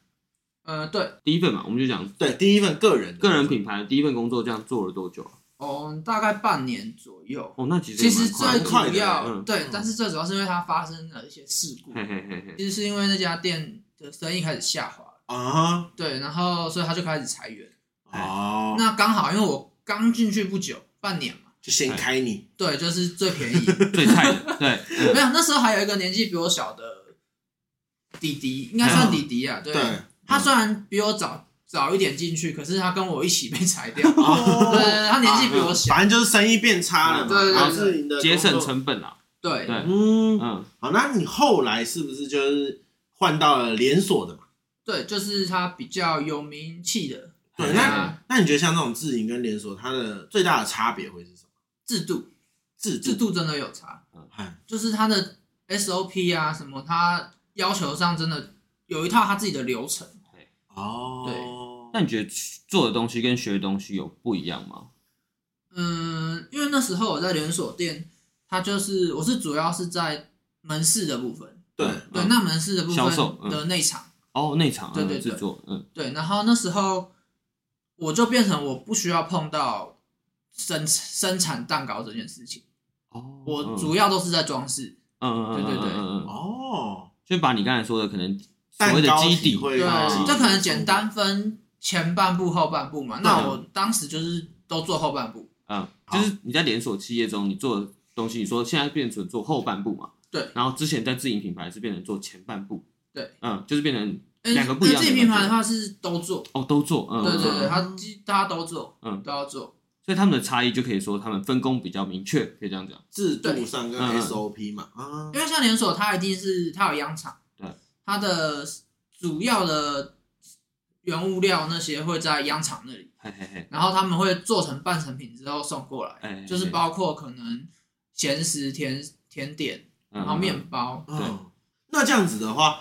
Speaker 3: 呃，对，
Speaker 1: 第一份嘛，我们就讲
Speaker 2: 对，第一份个人的
Speaker 1: 个人品牌第一份工作这样做了多久啊？
Speaker 3: 哦，大概半年左右。
Speaker 1: 哦，那其实
Speaker 3: 其
Speaker 1: 也
Speaker 3: 实
Speaker 1: 蛮快
Speaker 3: 最
Speaker 1: 的
Speaker 2: 快的
Speaker 3: 主要、
Speaker 1: 嗯
Speaker 3: 对
Speaker 2: 嗯，
Speaker 3: 但是最主要是因为它发生了一些事故，
Speaker 1: 嘿嘿嘿嘿，
Speaker 3: 其实是因为那家店的生意开始下滑了，
Speaker 2: 啊，
Speaker 3: 对，然后所以他就开始裁员。
Speaker 2: 哦，
Speaker 3: 哎那刚好因为我刚进去不久，半年嘛，
Speaker 2: 就先开你，
Speaker 3: 对，就是最便宜。
Speaker 1: 最菜的，对，嗯
Speaker 3: [LAUGHS] 没有，那时候还有一个年纪比我小的弟弟，应该算弟弟啊，对，
Speaker 2: 对，
Speaker 1: 嗯
Speaker 3: 他虽然比我早早一点进去，可是他跟我一起被裁
Speaker 1: [LAUGHS]
Speaker 3: 掉，对对
Speaker 2: 哦，
Speaker 3: 对，他年纪比我小，
Speaker 2: 反正就是生意变差了嘛，
Speaker 3: 对对对
Speaker 2: 然后是你的
Speaker 1: 嗯
Speaker 2: 工作
Speaker 1: 节省，成本啊，
Speaker 3: 对
Speaker 1: 对
Speaker 2: 嗯，
Speaker 1: 嗯，
Speaker 2: 好，那你后来是不是就是换到了连锁的嘛？
Speaker 3: 对，就是他比较有名气的
Speaker 2: 对，
Speaker 1: 嗯
Speaker 2: 那那你觉得像这种自营跟连锁，它的最大的差别会是什么？
Speaker 3: 制度，
Speaker 2: 制
Speaker 3: 制，度真的有差。
Speaker 2: 哎，
Speaker 3: 就是他的 SOP 啊什么，他要求上真的有一套他自己的流程。
Speaker 2: 哦，
Speaker 1: 那你觉得做的东西跟学的东西有不一样吗？
Speaker 3: 嗯，因为那时候我在连锁店，他就是我是主要是在门市的部分，
Speaker 2: 对
Speaker 1: 嗯
Speaker 3: 对，那门市的部
Speaker 1: 销售嗯
Speaker 3: 分的内场，
Speaker 1: 哦，内场
Speaker 3: 对
Speaker 1: 嗯
Speaker 3: 对对
Speaker 1: 制作，嗯
Speaker 3: 对，然后那时候我就变成我不需要碰到生生产蛋糕这件事情，
Speaker 1: 哦
Speaker 3: 我主要都是在装饰。
Speaker 1: 嗯嗯嗯嗯嗯嗯嗯，
Speaker 2: 哦，
Speaker 1: 就把你刚才说的可能所
Speaker 2: 蛋
Speaker 1: 谓的
Speaker 2: 糕
Speaker 1: 基
Speaker 2: 体
Speaker 1: 底，
Speaker 2: 会
Speaker 3: 对
Speaker 2: 到
Speaker 1: 嗯，
Speaker 3: 这可能简单分前半部、后半部嘛。
Speaker 1: 啊
Speaker 3: 那我当时就是都做后半部，
Speaker 1: 嗯，就是你在连锁企业中你做的东西，你说现在变成做后半部嘛？
Speaker 3: 对。
Speaker 1: 然后之前在自营品牌是变成做前半部。
Speaker 3: 对。
Speaker 1: 嗯，就是变成
Speaker 3: 因为
Speaker 1: 两个不一样的
Speaker 3: 因为自己品牌
Speaker 1: 感
Speaker 3: 的
Speaker 1: 觉
Speaker 3: 话是都做，
Speaker 1: 哦都做，嗯，
Speaker 3: 对对对，
Speaker 1: 嗯
Speaker 3: 他基大家都做，
Speaker 1: 嗯
Speaker 3: 都要做，
Speaker 1: 所以他们的差异就可以说他们分工比较明确，可以这样讲。
Speaker 2: 制度上跟
Speaker 1: 嗯
Speaker 2: SOP 嘛，啊
Speaker 3: 因，为像连锁，它一定是它有央厂，
Speaker 1: 对，
Speaker 3: 它的主要的原物料那些会在央厂那里，
Speaker 1: 嘿嘿嘿，
Speaker 3: 然后他们会做成半成品之后送过来，
Speaker 1: 哎，
Speaker 3: 就是
Speaker 1: 嘿，
Speaker 3: 包括可能咸食甜甜点，
Speaker 1: 嗯
Speaker 3: 然后面包，
Speaker 1: 对
Speaker 2: 嗯，那这样子的话，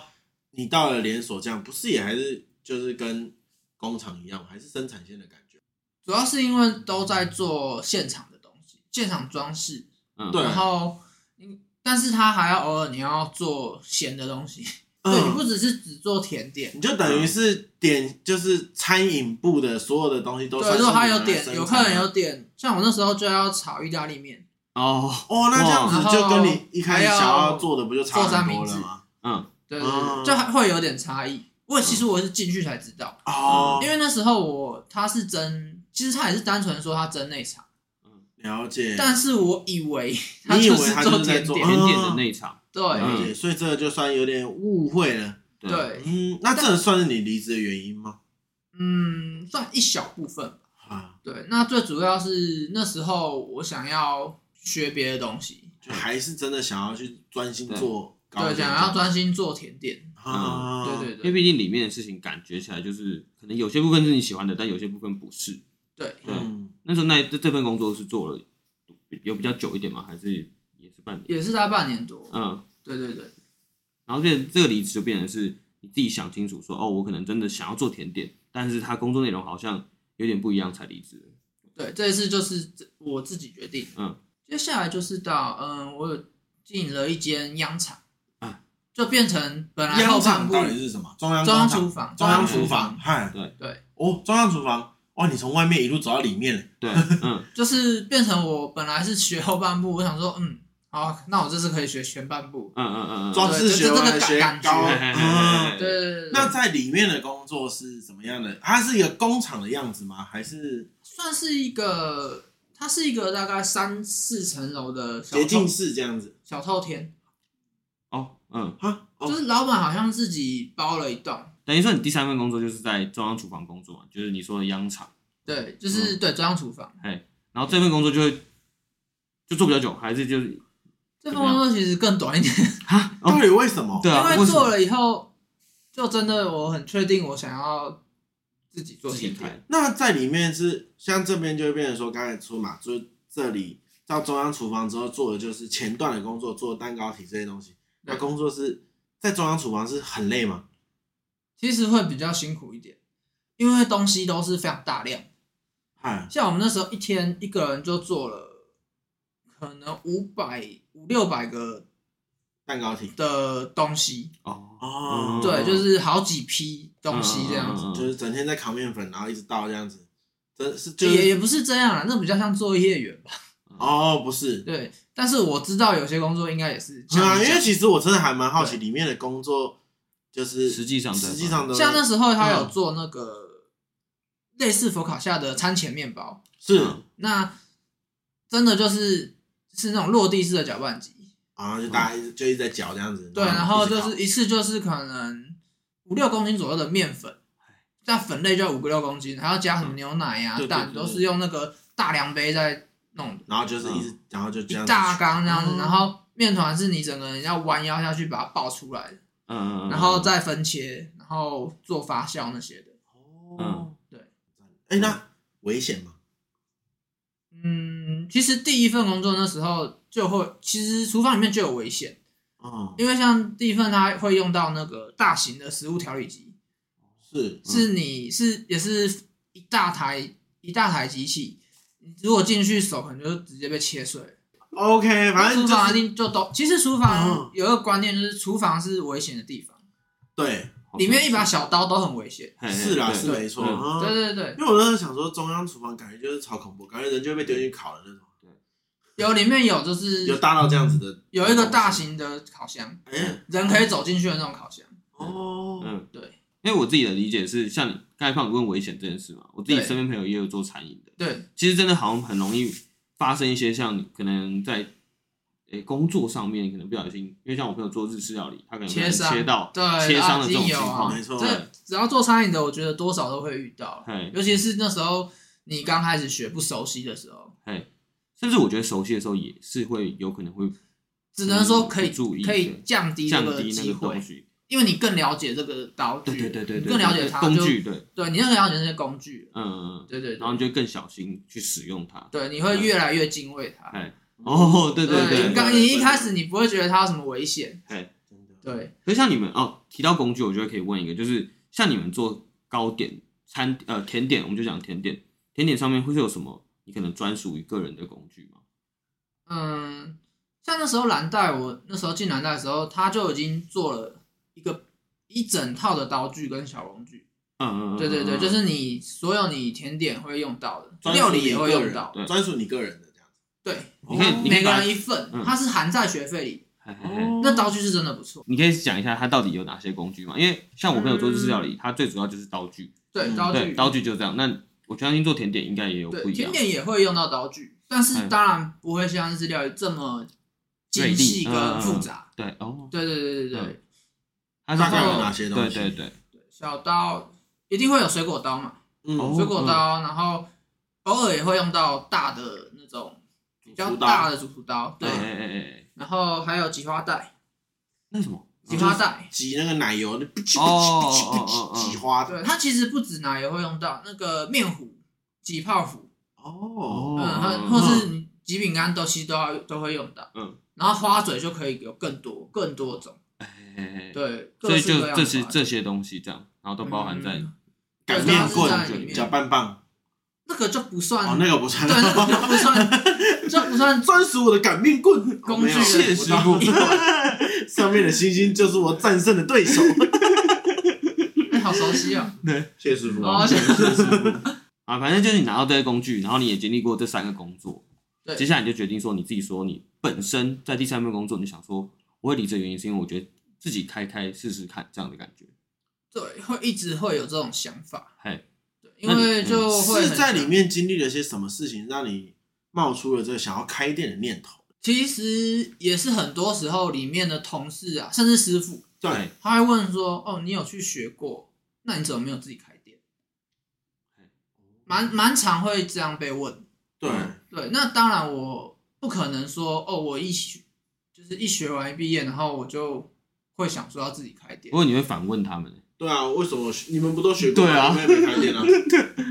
Speaker 2: 你到了连锁这样，不是也还是就是跟工厂一样吗，还是生产线的感觉？
Speaker 3: 主要是因为都在做现场的东西，现场装饰，
Speaker 1: 嗯，
Speaker 2: 对
Speaker 3: 然后嗯但是它还要偶尔你要做咸的东西，对你不
Speaker 2: 嗯，
Speaker 3: 只是只做甜点。
Speaker 2: 你就等于是点，就是餐饮部的所有的东西都
Speaker 3: 嗯对，
Speaker 2: 算
Speaker 3: 如
Speaker 2: 是
Speaker 3: 果他有
Speaker 2: 你拿来
Speaker 3: 点，
Speaker 2: 生啊
Speaker 3: 有客
Speaker 2: 产
Speaker 3: 人
Speaker 2: 的
Speaker 3: 有点，像我那时候就要炒意大利面，
Speaker 1: 哦，
Speaker 2: 哦，那这样
Speaker 3: 哇
Speaker 2: 子就跟你一开始
Speaker 3: 还要
Speaker 2: 想要做的不就差
Speaker 3: 做三
Speaker 2: 很
Speaker 3: 明
Speaker 2: 多
Speaker 3: 治
Speaker 2: 了吗？
Speaker 1: 嗯
Speaker 3: 对对对，
Speaker 2: 嗯
Speaker 3: 就还会有点差异。我其实我是进去才知道，
Speaker 2: 哦，
Speaker 3: 因为那时候我他是真，其实他也是单纯说他真内场，
Speaker 2: 了解，
Speaker 3: 但是我以为他
Speaker 2: 嗯你以
Speaker 3: 就
Speaker 2: 为
Speaker 3: 是
Speaker 2: 他
Speaker 3: 做
Speaker 2: 就是在
Speaker 3: 甜
Speaker 2: 做嗯
Speaker 3: 点，
Speaker 1: 甜点的那一场，
Speaker 3: 对
Speaker 2: 了解，所以这个就算有点误会了。
Speaker 3: 嗯对，
Speaker 2: 嗯，那这算是你离职的原因吗？
Speaker 3: 嗯，算一小部分吧。
Speaker 2: 啊，
Speaker 3: 对，那最主要是那时候我想要学别的东西，
Speaker 2: 就还是真的想要去专心
Speaker 1: 对
Speaker 2: 做高
Speaker 3: 对，
Speaker 2: 阶
Speaker 3: 想要专心做甜点，
Speaker 2: 啊，
Speaker 3: 对对
Speaker 1: 因为
Speaker 3: 对
Speaker 1: 毕竟里面的事情感觉起来就是可能有些部分是你喜欢的，但有些部分不是。
Speaker 3: 对，
Speaker 2: 嗯，
Speaker 1: 那时候那这这份工作是做了有比较久一点吗？还是也是半年？
Speaker 3: 也是大概半年多，
Speaker 1: 嗯，
Speaker 3: 对对对。
Speaker 1: 然后这这个离职就变成是你自己想清楚说，哦，我可能真的想要做甜点，但是他工作内容好像有点不一样才离职。
Speaker 3: 对，这一次就是我自己决定。
Speaker 1: 嗯，
Speaker 3: 接下来就是到嗯，我有进了一间央厂，
Speaker 1: 啊
Speaker 3: 就变成本来后
Speaker 2: 央
Speaker 3: 半
Speaker 2: 厂
Speaker 3: 部
Speaker 2: 到底是什么？中央
Speaker 3: 中
Speaker 2: 工
Speaker 3: 央
Speaker 2: 厂
Speaker 3: 厨房，
Speaker 2: 中央
Speaker 1: 厨
Speaker 2: 厨房，嗨，
Speaker 3: 对，
Speaker 2: 哦，中央厨房，哇，你从外面一路走到里面了，
Speaker 1: 对，嗯，
Speaker 3: 就是变成我本来是学后半部，我想说嗯，好，那我这次可以学前半部。
Speaker 1: 嗯嗯
Speaker 3: 啊
Speaker 1: 嗯嗯，
Speaker 2: 装饰学完学高，
Speaker 3: [LAUGHS]
Speaker 1: 嘿嘿嘿
Speaker 2: 嗯
Speaker 1: 嘿
Speaker 3: 对对对，对
Speaker 2: 那在里面的工作是怎么样的？它是一个工厂的样子吗？还是
Speaker 3: 算是一个，它是一个大概三四层楼的小
Speaker 2: 洁净
Speaker 3: 透
Speaker 2: 室这样子？
Speaker 3: 小透天，
Speaker 1: 哦，嗯，
Speaker 2: 啊，
Speaker 3: 就
Speaker 2: 哦，
Speaker 3: 是老板好像自己包了一栋，
Speaker 1: 等于说你第三份工作就是在中央厨房工作嘛，就是你说的央厂，
Speaker 3: 对，
Speaker 1: 嗯
Speaker 3: 就是对中央厨房。
Speaker 1: 然后这份工作就会就做比较久，还是就是
Speaker 3: 这
Speaker 1: 怎
Speaker 3: 份
Speaker 1: 么
Speaker 3: 工
Speaker 1: 样
Speaker 3: 作其实更短一点，
Speaker 1: 啊，
Speaker 2: 到
Speaker 1: 哦，
Speaker 2: 底为什么？
Speaker 1: 对啊，
Speaker 3: 因为
Speaker 1: 为什
Speaker 3: 做
Speaker 1: 么
Speaker 3: 了以后，就真的我很确定我想要自己做
Speaker 1: 自己
Speaker 3: 甜
Speaker 1: 开
Speaker 3: 点。？
Speaker 2: 那在里面是像这边就会变成说，刚才说嘛，就是这里到中央厨房之后做的就是前段的工作，做蛋糕体这些东西。
Speaker 3: 对
Speaker 2: 那工作是在中央厨房是很累吗？
Speaker 3: 其实会比较辛苦一点，因为东西都是非常大量。
Speaker 2: 哎，
Speaker 3: 像我们那时候一天一个人就做了可能五百五六百个
Speaker 2: 蛋糕体
Speaker 3: 的东西，
Speaker 1: 哦，嗯
Speaker 2: 哦
Speaker 3: 对，就是好几批东西这样
Speaker 1: 嗯
Speaker 3: 子。
Speaker 1: 嗯嗯嗯
Speaker 2: 就是整天在扛面粉，然后一直倒这样子，真是就
Speaker 3: 也
Speaker 2: 是
Speaker 3: 也不是这样啦，那比较像作业员吧。
Speaker 2: 哦，不是，
Speaker 3: 对，但是我知道有些工作应该也是像
Speaker 2: 啊，
Speaker 3: 你
Speaker 2: 因为
Speaker 3: 讲
Speaker 2: 其实我真的还蛮好奇里面的工作，就是
Speaker 1: 实际上的
Speaker 2: 实嗯际上的
Speaker 3: 像那时候他有做那个类似佛卡夏的餐前面包，
Speaker 2: 是
Speaker 1: 嗯
Speaker 3: 那真的就是是那种落地式的搅拌机，
Speaker 2: 啊，就大家一直就一直在搅这样子，
Speaker 3: 对，然后
Speaker 2: 嗯一直
Speaker 3: 就
Speaker 2: 烤
Speaker 3: 是一次就是可能五六公斤左右的面粉，那粉类就要五六公斤，还要加什么牛奶呀、
Speaker 2: 哎对对
Speaker 3: 蛋，
Speaker 2: 对对
Speaker 3: 都是用那个大量杯在弄的，
Speaker 2: 然后就是
Speaker 1: 嗯
Speaker 2: 一直，然后就
Speaker 3: 一
Speaker 2: 这样子
Speaker 3: 大缸这样
Speaker 2: 哦
Speaker 3: 子，然后面团是你整个人要弯腰下去把它爆出来的，
Speaker 1: 嗯嗯嗯，
Speaker 3: 然后再分切，然后做发酵那些的，
Speaker 2: 哦，
Speaker 1: 嗯
Speaker 3: 对。
Speaker 2: 哎，那危险吗？
Speaker 3: 嗯，其实第一份工作那时候就会，其实厨房里面就有危险。
Speaker 2: 哦，
Speaker 3: 因为像第一份它会用到那个大型的食物调理机，
Speaker 2: 是
Speaker 3: 是你是也是一大台一大台机器，你如果进去手可能就直接被切碎了。
Speaker 2: OK，反正
Speaker 3: 厨
Speaker 2: 就
Speaker 3: 房一
Speaker 2: 是
Speaker 3: 定就都，其实厨
Speaker 2: 嗯
Speaker 3: 房有一个观念就是厨房是危险的地方，
Speaker 2: 对，
Speaker 1: 好
Speaker 3: 里面一把小刀都很危险。
Speaker 1: 嘿嘿
Speaker 2: 是啦，
Speaker 1: 对
Speaker 2: 是没错。
Speaker 1: 嗯
Speaker 2: 啊
Speaker 3: 对对对，
Speaker 2: 因为我那时候想说，中央厨房感觉就是超恐怖，感觉人就会被丢进去烤的那种，
Speaker 3: 有里面有就是
Speaker 2: 有大到这样子的。
Speaker 3: 嗯有一个大，型的烤箱，
Speaker 2: 哎，
Speaker 3: 人可以走进去的那种烤箱。
Speaker 2: 哦，
Speaker 1: 嗯，
Speaker 3: 对。
Speaker 1: 因为我自己的理解是，像你刚才胖问危险这件事嘛，我自己
Speaker 3: 对
Speaker 1: 身边朋友也有做餐饮的，
Speaker 3: 对
Speaker 1: 其实真的好像很容易发生一些像你可能在诶、工作上面可能不小心，因为像我朋友做日式料理，他可能
Speaker 3: 切
Speaker 1: 不小心
Speaker 3: 伤
Speaker 1: 切到
Speaker 3: 对，
Speaker 1: 切伤的
Speaker 3: 啊
Speaker 1: 这
Speaker 3: 已
Speaker 1: 种
Speaker 3: 经
Speaker 1: 情
Speaker 3: 有
Speaker 1: 况，
Speaker 3: 啊
Speaker 2: 没，错
Speaker 3: 这只要做餐饮的，我觉得多少都会遇到，
Speaker 1: 嘿，
Speaker 3: 尤其是那时候你刚开始学不熟悉的时候，
Speaker 1: 甚至我觉得熟悉的时候也是会有可能会
Speaker 3: 只能说可以
Speaker 1: 不注意
Speaker 3: 可以降低这
Speaker 1: 降
Speaker 3: 个
Speaker 1: 低那
Speaker 3: 机
Speaker 1: 个
Speaker 3: 会
Speaker 1: 东，西，
Speaker 3: 因为你更了解这个刀具，
Speaker 1: 对对对对
Speaker 3: 你
Speaker 1: 对，
Speaker 3: 更了解它
Speaker 1: 工
Speaker 3: 就
Speaker 1: 具，对，
Speaker 3: 对你更了解那些工具，
Speaker 1: 嗯嗯，嗯
Speaker 3: 对对
Speaker 1: 然后
Speaker 3: 对，
Speaker 1: 你就更小心去使用它。
Speaker 3: 对啊你会越来越敬畏它。
Speaker 1: 哎哦，对对
Speaker 3: 你
Speaker 1: 对，
Speaker 3: 刚你一开始你不会觉得它有什么危险，
Speaker 2: 真的，
Speaker 3: 对，
Speaker 1: 可是像你们哦，提到工具，我觉得可以问一个，就是像你们做糕点、餐呃甜点，我们就讲甜点，甜点上面会是有什么你可能专属于个人的工具吗？
Speaker 3: 嗯，像那时候蓝带，我那时候进蓝带的时候，他就已经做了一个一整套的刀具跟小容具，
Speaker 1: 嗯嗯，嗯
Speaker 3: 对对对，
Speaker 1: 嗯
Speaker 3: 就是你所有你甜点会用到的，
Speaker 2: 专
Speaker 3: 料
Speaker 2: 属
Speaker 3: 理
Speaker 2: 你
Speaker 3: 也
Speaker 2: 个
Speaker 3: 会
Speaker 2: 人
Speaker 3: 用到，
Speaker 1: 对
Speaker 2: 专属你个人的这样子。
Speaker 3: 对，
Speaker 1: 你可以
Speaker 2: 哦
Speaker 1: 你可以
Speaker 3: 每个
Speaker 1: 把
Speaker 3: 人一份
Speaker 1: 嗯，
Speaker 3: 它是含在学费里，
Speaker 1: 嘿嘿嘿
Speaker 2: 哦
Speaker 3: 那刀具是真的不错，
Speaker 1: 你可以讲一下它到底有哪些工具吗？因为像我朋友做日式料理，它最主要就是刀具，
Speaker 3: 对，
Speaker 2: 嗯
Speaker 3: 嗯刀
Speaker 1: 对，
Speaker 3: 具，
Speaker 1: 刀具就是这样。那我相信做甜点应该也有不
Speaker 3: 对，
Speaker 1: 一
Speaker 3: 甜
Speaker 1: 样，
Speaker 3: 点也会用到刀具，但是
Speaker 1: 哎
Speaker 3: 当然不会像日料理这么
Speaker 1: 锐
Speaker 3: 精
Speaker 1: 利
Speaker 3: 细
Speaker 1: 嗯嗯
Speaker 3: 跟
Speaker 1: 嗯
Speaker 3: 复杂，
Speaker 1: 对哦，
Speaker 3: 对对对对对。
Speaker 1: 嗯它是
Speaker 2: 大概
Speaker 1: 这
Speaker 2: 有
Speaker 1: 样
Speaker 2: 哪些东
Speaker 1: 对
Speaker 2: 西？
Speaker 1: 对对，
Speaker 3: 小刀一定会有水果刀嘛，
Speaker 1: 哦
Speaker 2: 嗯，
Speaker 3: 水果刀，然后偶尔也会用到大的那种比较大
Speaker 2: 的
Speaker 3: 的主厨刀，对
Speaker 1: 哎，哎哎哎，
Speaker 3: 然后还有挤花袋，
Speaker 1: 那什么？
Speaker 3: 挤花袋，
Speaker 2: 挤那个奶油，那不挤不
Speaker 1: 哦
Speaker 2: 挤不
Speaker 1: 哦哦哦
Speaker 2: 挤
Speaker 1: 哦
Speaker 2: 挤花的。
Speaker 3: 对，它其实不止奶也会用到那个面糊、挤泡芙，
Speaker 2: 哦，
Speaker 3: 嗯，它
Speaker 1: 嗯
Speaker 3: 或是你挤饼干都其实都要都会用到，
Speaker 1: 嗯，
Speaker 3: 然后花嘴就可以有更多更多种，
Speaker 1: 哎哎哎
Speaker 3: 对，
Speaker 1: 所
Speaker 3: 各
Speaker 1: 以
Speaker 3: 式
Speaker 1: 就
Speaker 3: 各样
Speaker 1: 这
Speaker 3: 的
Speaker 1: 些
Speaker 3: 花嘴
Speaker 1: 这些东西这样，然后都包含在
Speaker 3: 嗯
Speaker 2: 擀
Speaker 3: 对
Speaker 2: 面
Speaker 3: 都是在里
Speaker 2: 棍、
Speaker 3: 面
Speaker 2: 搅拌棒，
Speaker 3: 那个就不算，
Speaker 2: 哦，那个不算
Speaker 3: 对，，那个就
Speaker 1: [LAUGHS]
Speaker 3: 不算，就不
Speaker 2: [LAUGHS]
Speaker 3: 算
Speaker 2: 专属我的擀面棍
Speaker 3: 工
Speaker 2: 哦
Speaker 3: 具
Speaker 2: 没有
Speaker 1: 谢师傅，
Speaker 2: [LAUGHS] 上面的星星就是我战胜的对
Speaker 1: [LAUGHS]
Speaker 2: 手。
Speaker 3: 哎，好熟悉啊！
Speaker 2: 谢师
Speaker 1: 嗯
Speaker 2: 傅
Speaker 3: 哦，谢
Speaker 2: 师傅，
Speaker 1: 啊，反正就是你拿到这些工具，然后你也经历过这三个工作，
Speaker 3: 对
Speaker 1: 接下来你就决定说你自己说你本身在第三份工作，你想说我会离职的原因是因为我觉得自己开开试试看这样的感觉，
Speaker 3: 对，会一直会有这种想法，
Speaker 1: 嘿，
Speaker 3: 对，因为
Speaker 1: 那
Speaker 2: [LAUGHS]
Speaker 3: 就会
Speaker 2: 嗯是
Speaker 3: 很
Speaker 2: 在
Speaker 3: 想
Speaker 2: 里。面经历了些什么事情，让你冒出了这个想要开店的念头？
Speaker 3: 其实也是很多时候里面的同事啊，甚至师傅，
Speaker 1: 对，
Speaker 3: 他会问说：“哦，你有去学过？那你怎么没有自己开店？”蛮蛮常会这样被问。
Speaker 2: 对，
Speaker 1: 嗯
Speaker 3: 对，那当然我不可能说哦，我一学就是一学完一毕业，然后我就会想说要自己开店
Speaker 1: 不。过你会反问他们，
Speaker 2: [LAUGHS] 对啊，为什么你们不都学过吗？
Speaker 1: 对啊
Speaker 2: 你们也没
Speaker 1: [LAUGHS]
Speaker 2: 开店啊？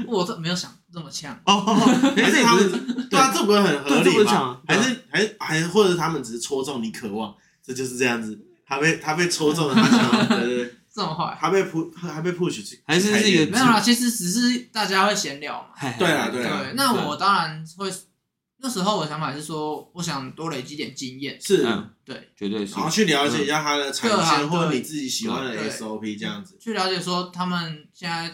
Speaker 3: 我这没有想这么呛，
Speaker 1: 哦，还
Speaker 2: 还是
Speaker 1: 是
Speaker 2: 他
Speaker 1: 他
Speaker 2: 们？对啊，这不会很合
Speaker 1: 对这
Speaker 2: 理
Speaker 1: 不是讲
Speaker 2: 吗
Speaker 1: 啊？
Speaker 2: 还是还是还是，或者他们只是戳中你渴望，这就是这样子。他被他被戳中了，他想
Speaker 1: [LAUGHS]
Speaker 2: 要，对对对，
Speaker 3: 这么坏
Speaker 2: 他被 push，他被 push 去，
Speaker 1: 还是
Speaker 2: 去开
Speaker 1: 是一个
Speaker 2: 店
Speaker 3: 没有啦。其实只是大家会闲聊嘛。
Speaker 1: [LAUGHS]
Speaker 2: 对啊对啊
Speaker 3: 对，那我当然会。那时候我的想法是说，我想多累积点经验，
Speaker 2: 是，
Speaker 1: 嗯
Speaker 3: 对，
Speaker 1: 绝对是
Speaker 2: 然后去了解一下他的产
Speaker 3: 各行
Speaker 2: 线
Speaker 3: 各业
Speaker 2: 或者你自己喜欢
Speaker 3: 对
Speaker 2: 的 SOP 这样
Speaker 1: 嗯
Speaker 2: 子。
Speaker 3: 去了解说他们现在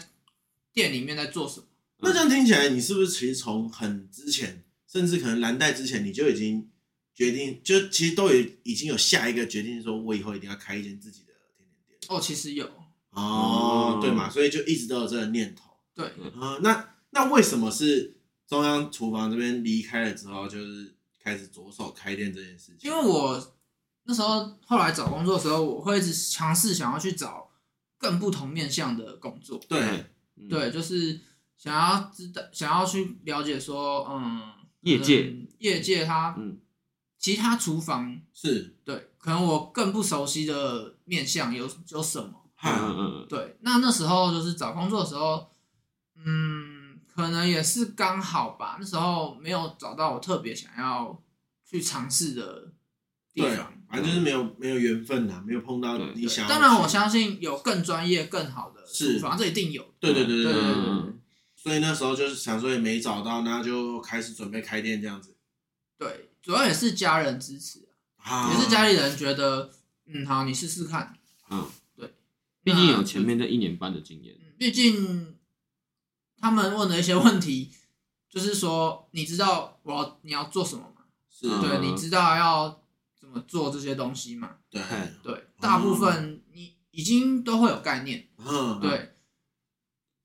Speaker 3: 店里面在做什么。
Speaker 2: 那这样听起来，你是不是其实从很之前，甚至可能蓝带之前，你就已经决定，就其实都有已经有下一个决定，说我以后一定要开一间自己的甜点店。
Speaker 3: 哦，其实有，
Speaker 2: 哦
Speaker 1: 嗯，
Speaker 2: 对嘛，所以就一直都有这个念头。
Speaker 3: 对，
Speaker 2: 啊、那那为什么是中央厨房这边离开了之后，就是开始着手开店这件事情？
Speaker 3: 因为我那时候后来找工作的时候，我会一直尝试想要去找更不同面向的工作，
Speaker 2: 对，
Speaker 1: 嗯
Speaker 3: 对，就是想要知道，想要去了解说，嗯，
Speaker 1: 业界
Speaker 3: 可能业界它，
Speaker 1: 嗯
Speaker 3: 其他厨房，
Speaker 2: 是
Speaker 3: 对，可能我更不熟悉的面向有有什么。
Speaker 1: 嗯
Speaker 2: 哈，
Speaker 1: 嗯嗯
Speaker 3: 对，那那时候就是找工作的时候，嗯，可能也是刚好吧。那时候没有找到我特别想要去尝试的地
Speaker 2: 对
Speaker 3: 方。，
Speaker 2: 反正就是没有没有缘分呐、没有碰到
Speaker 1: 对
Speaker 2: 你想要去。
Speaker 3: 当然，我相信有更专业、更好的
Speaker 2: 是
Speaker 3: 厨房，这一定有。
Speaker 2: 对对对对对
Speaker 3: 对对
Speaker 2: 对
Speaker 3: 对
Speaker 2: 对。
Speaker 1: 嗯
Speaker 2: 所以那时候就是想说也没找到，那就开始准备开店这样子。
Speaker 3: 对，主要也是家人支持，
Speaker 2: 啊
Speaker 3: 也是家里人觉得，嗯，好，你试试看。
Speaker 1: 嗯，毕竟有前面这一年半的经验。
Speaker 3: 嗯毕竟他们问的一些问题，就是说你知道我要你要做什么吗？
Speaker 2: 是
Speaker 1: 嗯
Speaker 3: 对，你知道要怎么做这些东西吗？
Speaker 2: 对，嗯
Speaker 1: 哎
Speaker 3: 对，大部分你已经都会有概念。
Speaker 2: 嗯，，
Speaker 3: 对，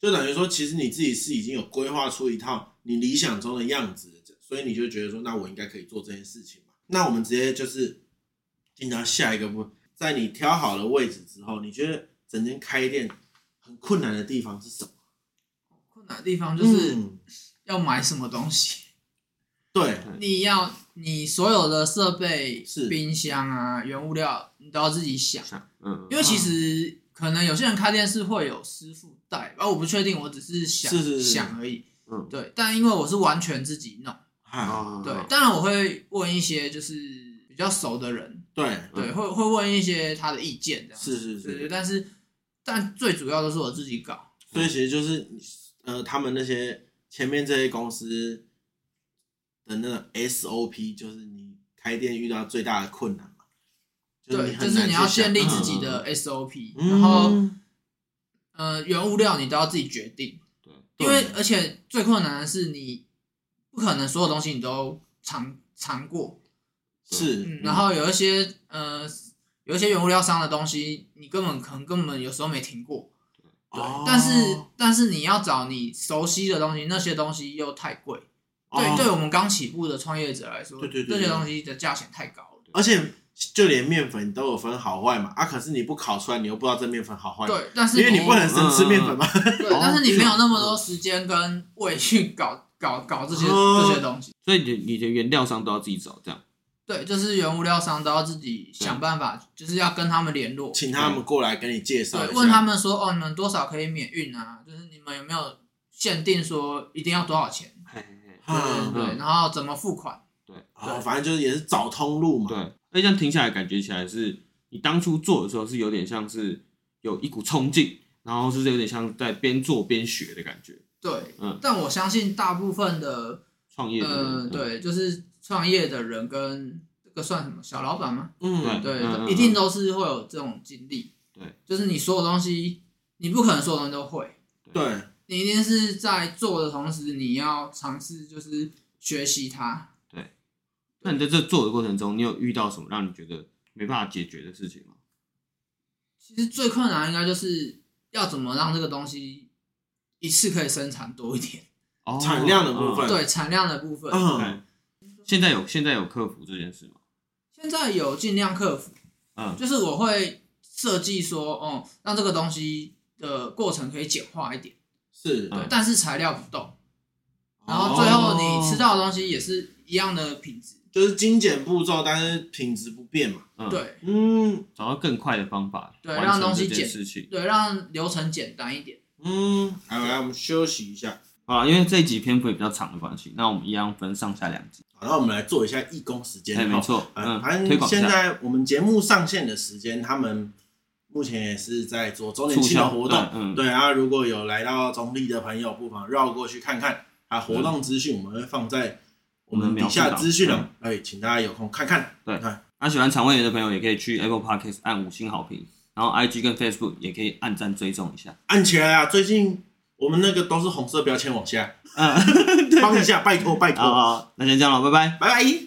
Speaker 2: 就等于说，其实你自己是已经有规划出一套你理想中的样子，所以你就觉得说，那我应该可以做这件事情嘛。那我们直接就是进到下一个部分，在你挑好了位置之后，你觉得整间开店很困难的地方是什么？
Speaker 3: 困难的地方就是
Speaker 2: 嗯
Speaker 3: 要买什么东西。
Speaker 2: 对，
Speaker 3: 你要你所有的设备
Speaker 2: 是，
Speaker 3: 冰箱啊、原物料，你都要自己想。
Speaker 1: 像嗯，
Speaker 3: 因为其实可能有些人开店是会有师傅带，啊而我不确定，我只是想
Speaker 2: 是是是
Speaker 3: 想而已。
Speaker 1: 嗯
Speaker 3: 对，但因为我是完全自己弄，
Speaker 2: 哎，
Speaker 1: 啊
Speaker 3: 对，当然我会问一些就是比较熟的人，
Speaker 2: 对，
Speaker 3: 对，会会问一些他的意见这样子。
Speaker 2: 是是
Speaker 3: 对对，
Speaker 2: 是，
Speaker 3: 但是但最主要都是我自己搞。
Speaker 2: 所以其实就是呃，他们那些前面这些公司的那个 SOP，就是你开店遇到最大的困难嘛，
Speaker 3: 对，
Speaker 2: 很
Speaker 3: 就是
Speaker 2: 难
Speaker 3: 你要
Speaker 2: 去想
Speaker 3: 建立自
Speaker 2: 嗯
Speaker 3: 己
Speaker 2: 嗯
Speaker 3: 的 SOP，、
Speaker 2: 嗯
Speaker 3: 然后呃原物料你都要自己决定，
Speaker 1: 对
Speaker 3: 因为
Speaker 2: 对
Speaker 3: 而且最困难的是你不可能所有东西你都尝尝过，
Speaker 2: 是，
Speaker 3: 嗯，然后有一些呃有一些原物料商的东西你根本可能根本有时候没听过，对，
Speaker 2: 哦
Speaker 3: 但是但是你要找你熟悉的东西，那些东西又太贵，对，
Speaker 2: 哦
Speaker 3: 对我们刚起步的创业者来说，
Speaker 2: 对对对
Speaker 3: 这些
Speaker 2: 对
Speaker 3: 东西的价钱太高了。
Speaker 2: 而且就连面粉都有分好坏嘛，啊，可是你不烤出来，你又不知道这面粉好坏，，
Speaker 3: 对，但是
Speaker 2: 因为你不能
Speaker 1: 嗯
Speaker 2: 生吃面粉嘛，
Speaker 3: 对
Speaker 1: 哦，
Speaker 3: 但是你没有那么多时间跟胃去搞搞搞这些
Speaker 2: 哦
Speaker 3: 这些东西。
Speaker 1: 所以你你的原料商都要自己找，这样
Speaker 3: 对，就是原物料商都要自己想办法，就是要跟他们联络，
Speaker 2: 请他们过来跟你介绍一
Speaker 3: 对，
Speaker 2: 下，
Speaker 3: 问他们说哦，你们多少可以免运啊？就是你们有没有限定说一定要多少钱？
Speaker 1: 嘿嘿
Speaker 3: 对对
Speaker 2: 嗯，
Speaker 3: 对，
Speaker 1: 嗯
Speaker 3: 然后怎么付款？
Speaker 2: 哦，反正就是也是找通路嘛，
Speaker 1: 对，那这样听下来感觉起来是，你当初做的时候是有点像是有一股冲劲，然后是有点像在边做边学的感觉，
Speaker 3: 对，
Speaker 1: 嗯
Speaker 3: 但我相信大部分的
Speaker 1: 创业的人嗯
Speaker 3: 呃，，对，就是创业的人跟这个算什么小老板吗？
Speaker 1: 对
Speaker 2: 嗯，
Speaker 3: 对，
Speaker 1: 嗯嗯
Speaker 3: 一定都是会有这种经历。
Speaker 1: 对，
Speaker 3: 就是你所有东西，你不可能所有东西都会，
Speaker 2: 对，
Speaker 3: 你一定是在做的同时，你要尝试就是学习它。
Speaker 1: 那你在这做的过程中，你有遇到什么让你觉得没办法解决的事情吗？
Speaker 3: 其实最困难应该就是要怎么让这个东西一次可以生产多一点，
Speaker 1: 哦
Speaker 2: 产量的部分
Speaker 3: 对产量的部分。
Speaker 2: 嗯，
Speaker 1: 嗯对现在有现在有克服这件事吗？
Speaker 3: 现在有尽量克服，
Speaker 1: 嗯，
Speaker 3: 就是我会设计说，哦、让这个东西的过程可以简化一点，
Speaker 2: 是，
Speaker 1: 嗯
Speaker 3: 但是材料不动，然后最后你吃
Speaker 2: 哦
Speaker 3: 到的东西也是一样的品质。
Speaker 2: 就是精简步骤，但是品质不变嘛，
Speaker 1: 嗯，
Speaker 3: 对，
Speaker 2: 嗯
Speaker 1: 找到更快的方法，
Speaker 3: 对
Speaker 1: 完
Speaker 3: 让
Speaker 1: 成
Speaker 3: 东西
Speaker 1: 这件
Speaker 3: 减
Speaker 1: 事情。
Speaker 3: 对，让流程简单一点。
Speaker 2: 嗯，好，来我们休息一下，
Speaker 1: 好啦，因为这一集篇幅也比较长的关系，那我们一样分上下两集。
Speaker 2: 好，那我们来做一下义工时间，
Speaker 1: 哎，没
Speaker 2: 好
Speaker 1: 错，
Speaker 2: 嗯，
Speaker 1: 嗯，
Speaker 2: 反
Speaker 1: 推
Speaker 2: 正
Speaker 1: 广一
Speaker 2: 现
Speaker 1: 下。
Speaker 2: 在我们节目上线的时间，他们目前也是在做周年
Speaker 1: 促
Speaker 2: 庆的
Speaker 1: 销
Speaker 2: 活动
Speaker 1: 对，嗯
Speaker 2: 对啊，如果有来到中立的朋友，不妨绕过去看看啊。活动资讯我们会放在我们底下资
Speaker 1: 嗯
Speaker 2: 讯栏，哎，请大家有空看看。
Speaker 1: 那喜欢肠胃炎的朋友也可以去 Apple Podcast 按五星好评，然后 IG 跟 Facebook 也可以按赞追踪一下。
Speaker 2: 按起来啊，最近我们那个都是红色标签往下，
Speaker 1: 嗯， [LAUGHS]
Speaker 2: 帮一下，拜托拜
Speaker 1: 好
Speaker 2: 托，
Speaker 1: 好，那先这样了，拜拜。
Speaker 2: 拜拜。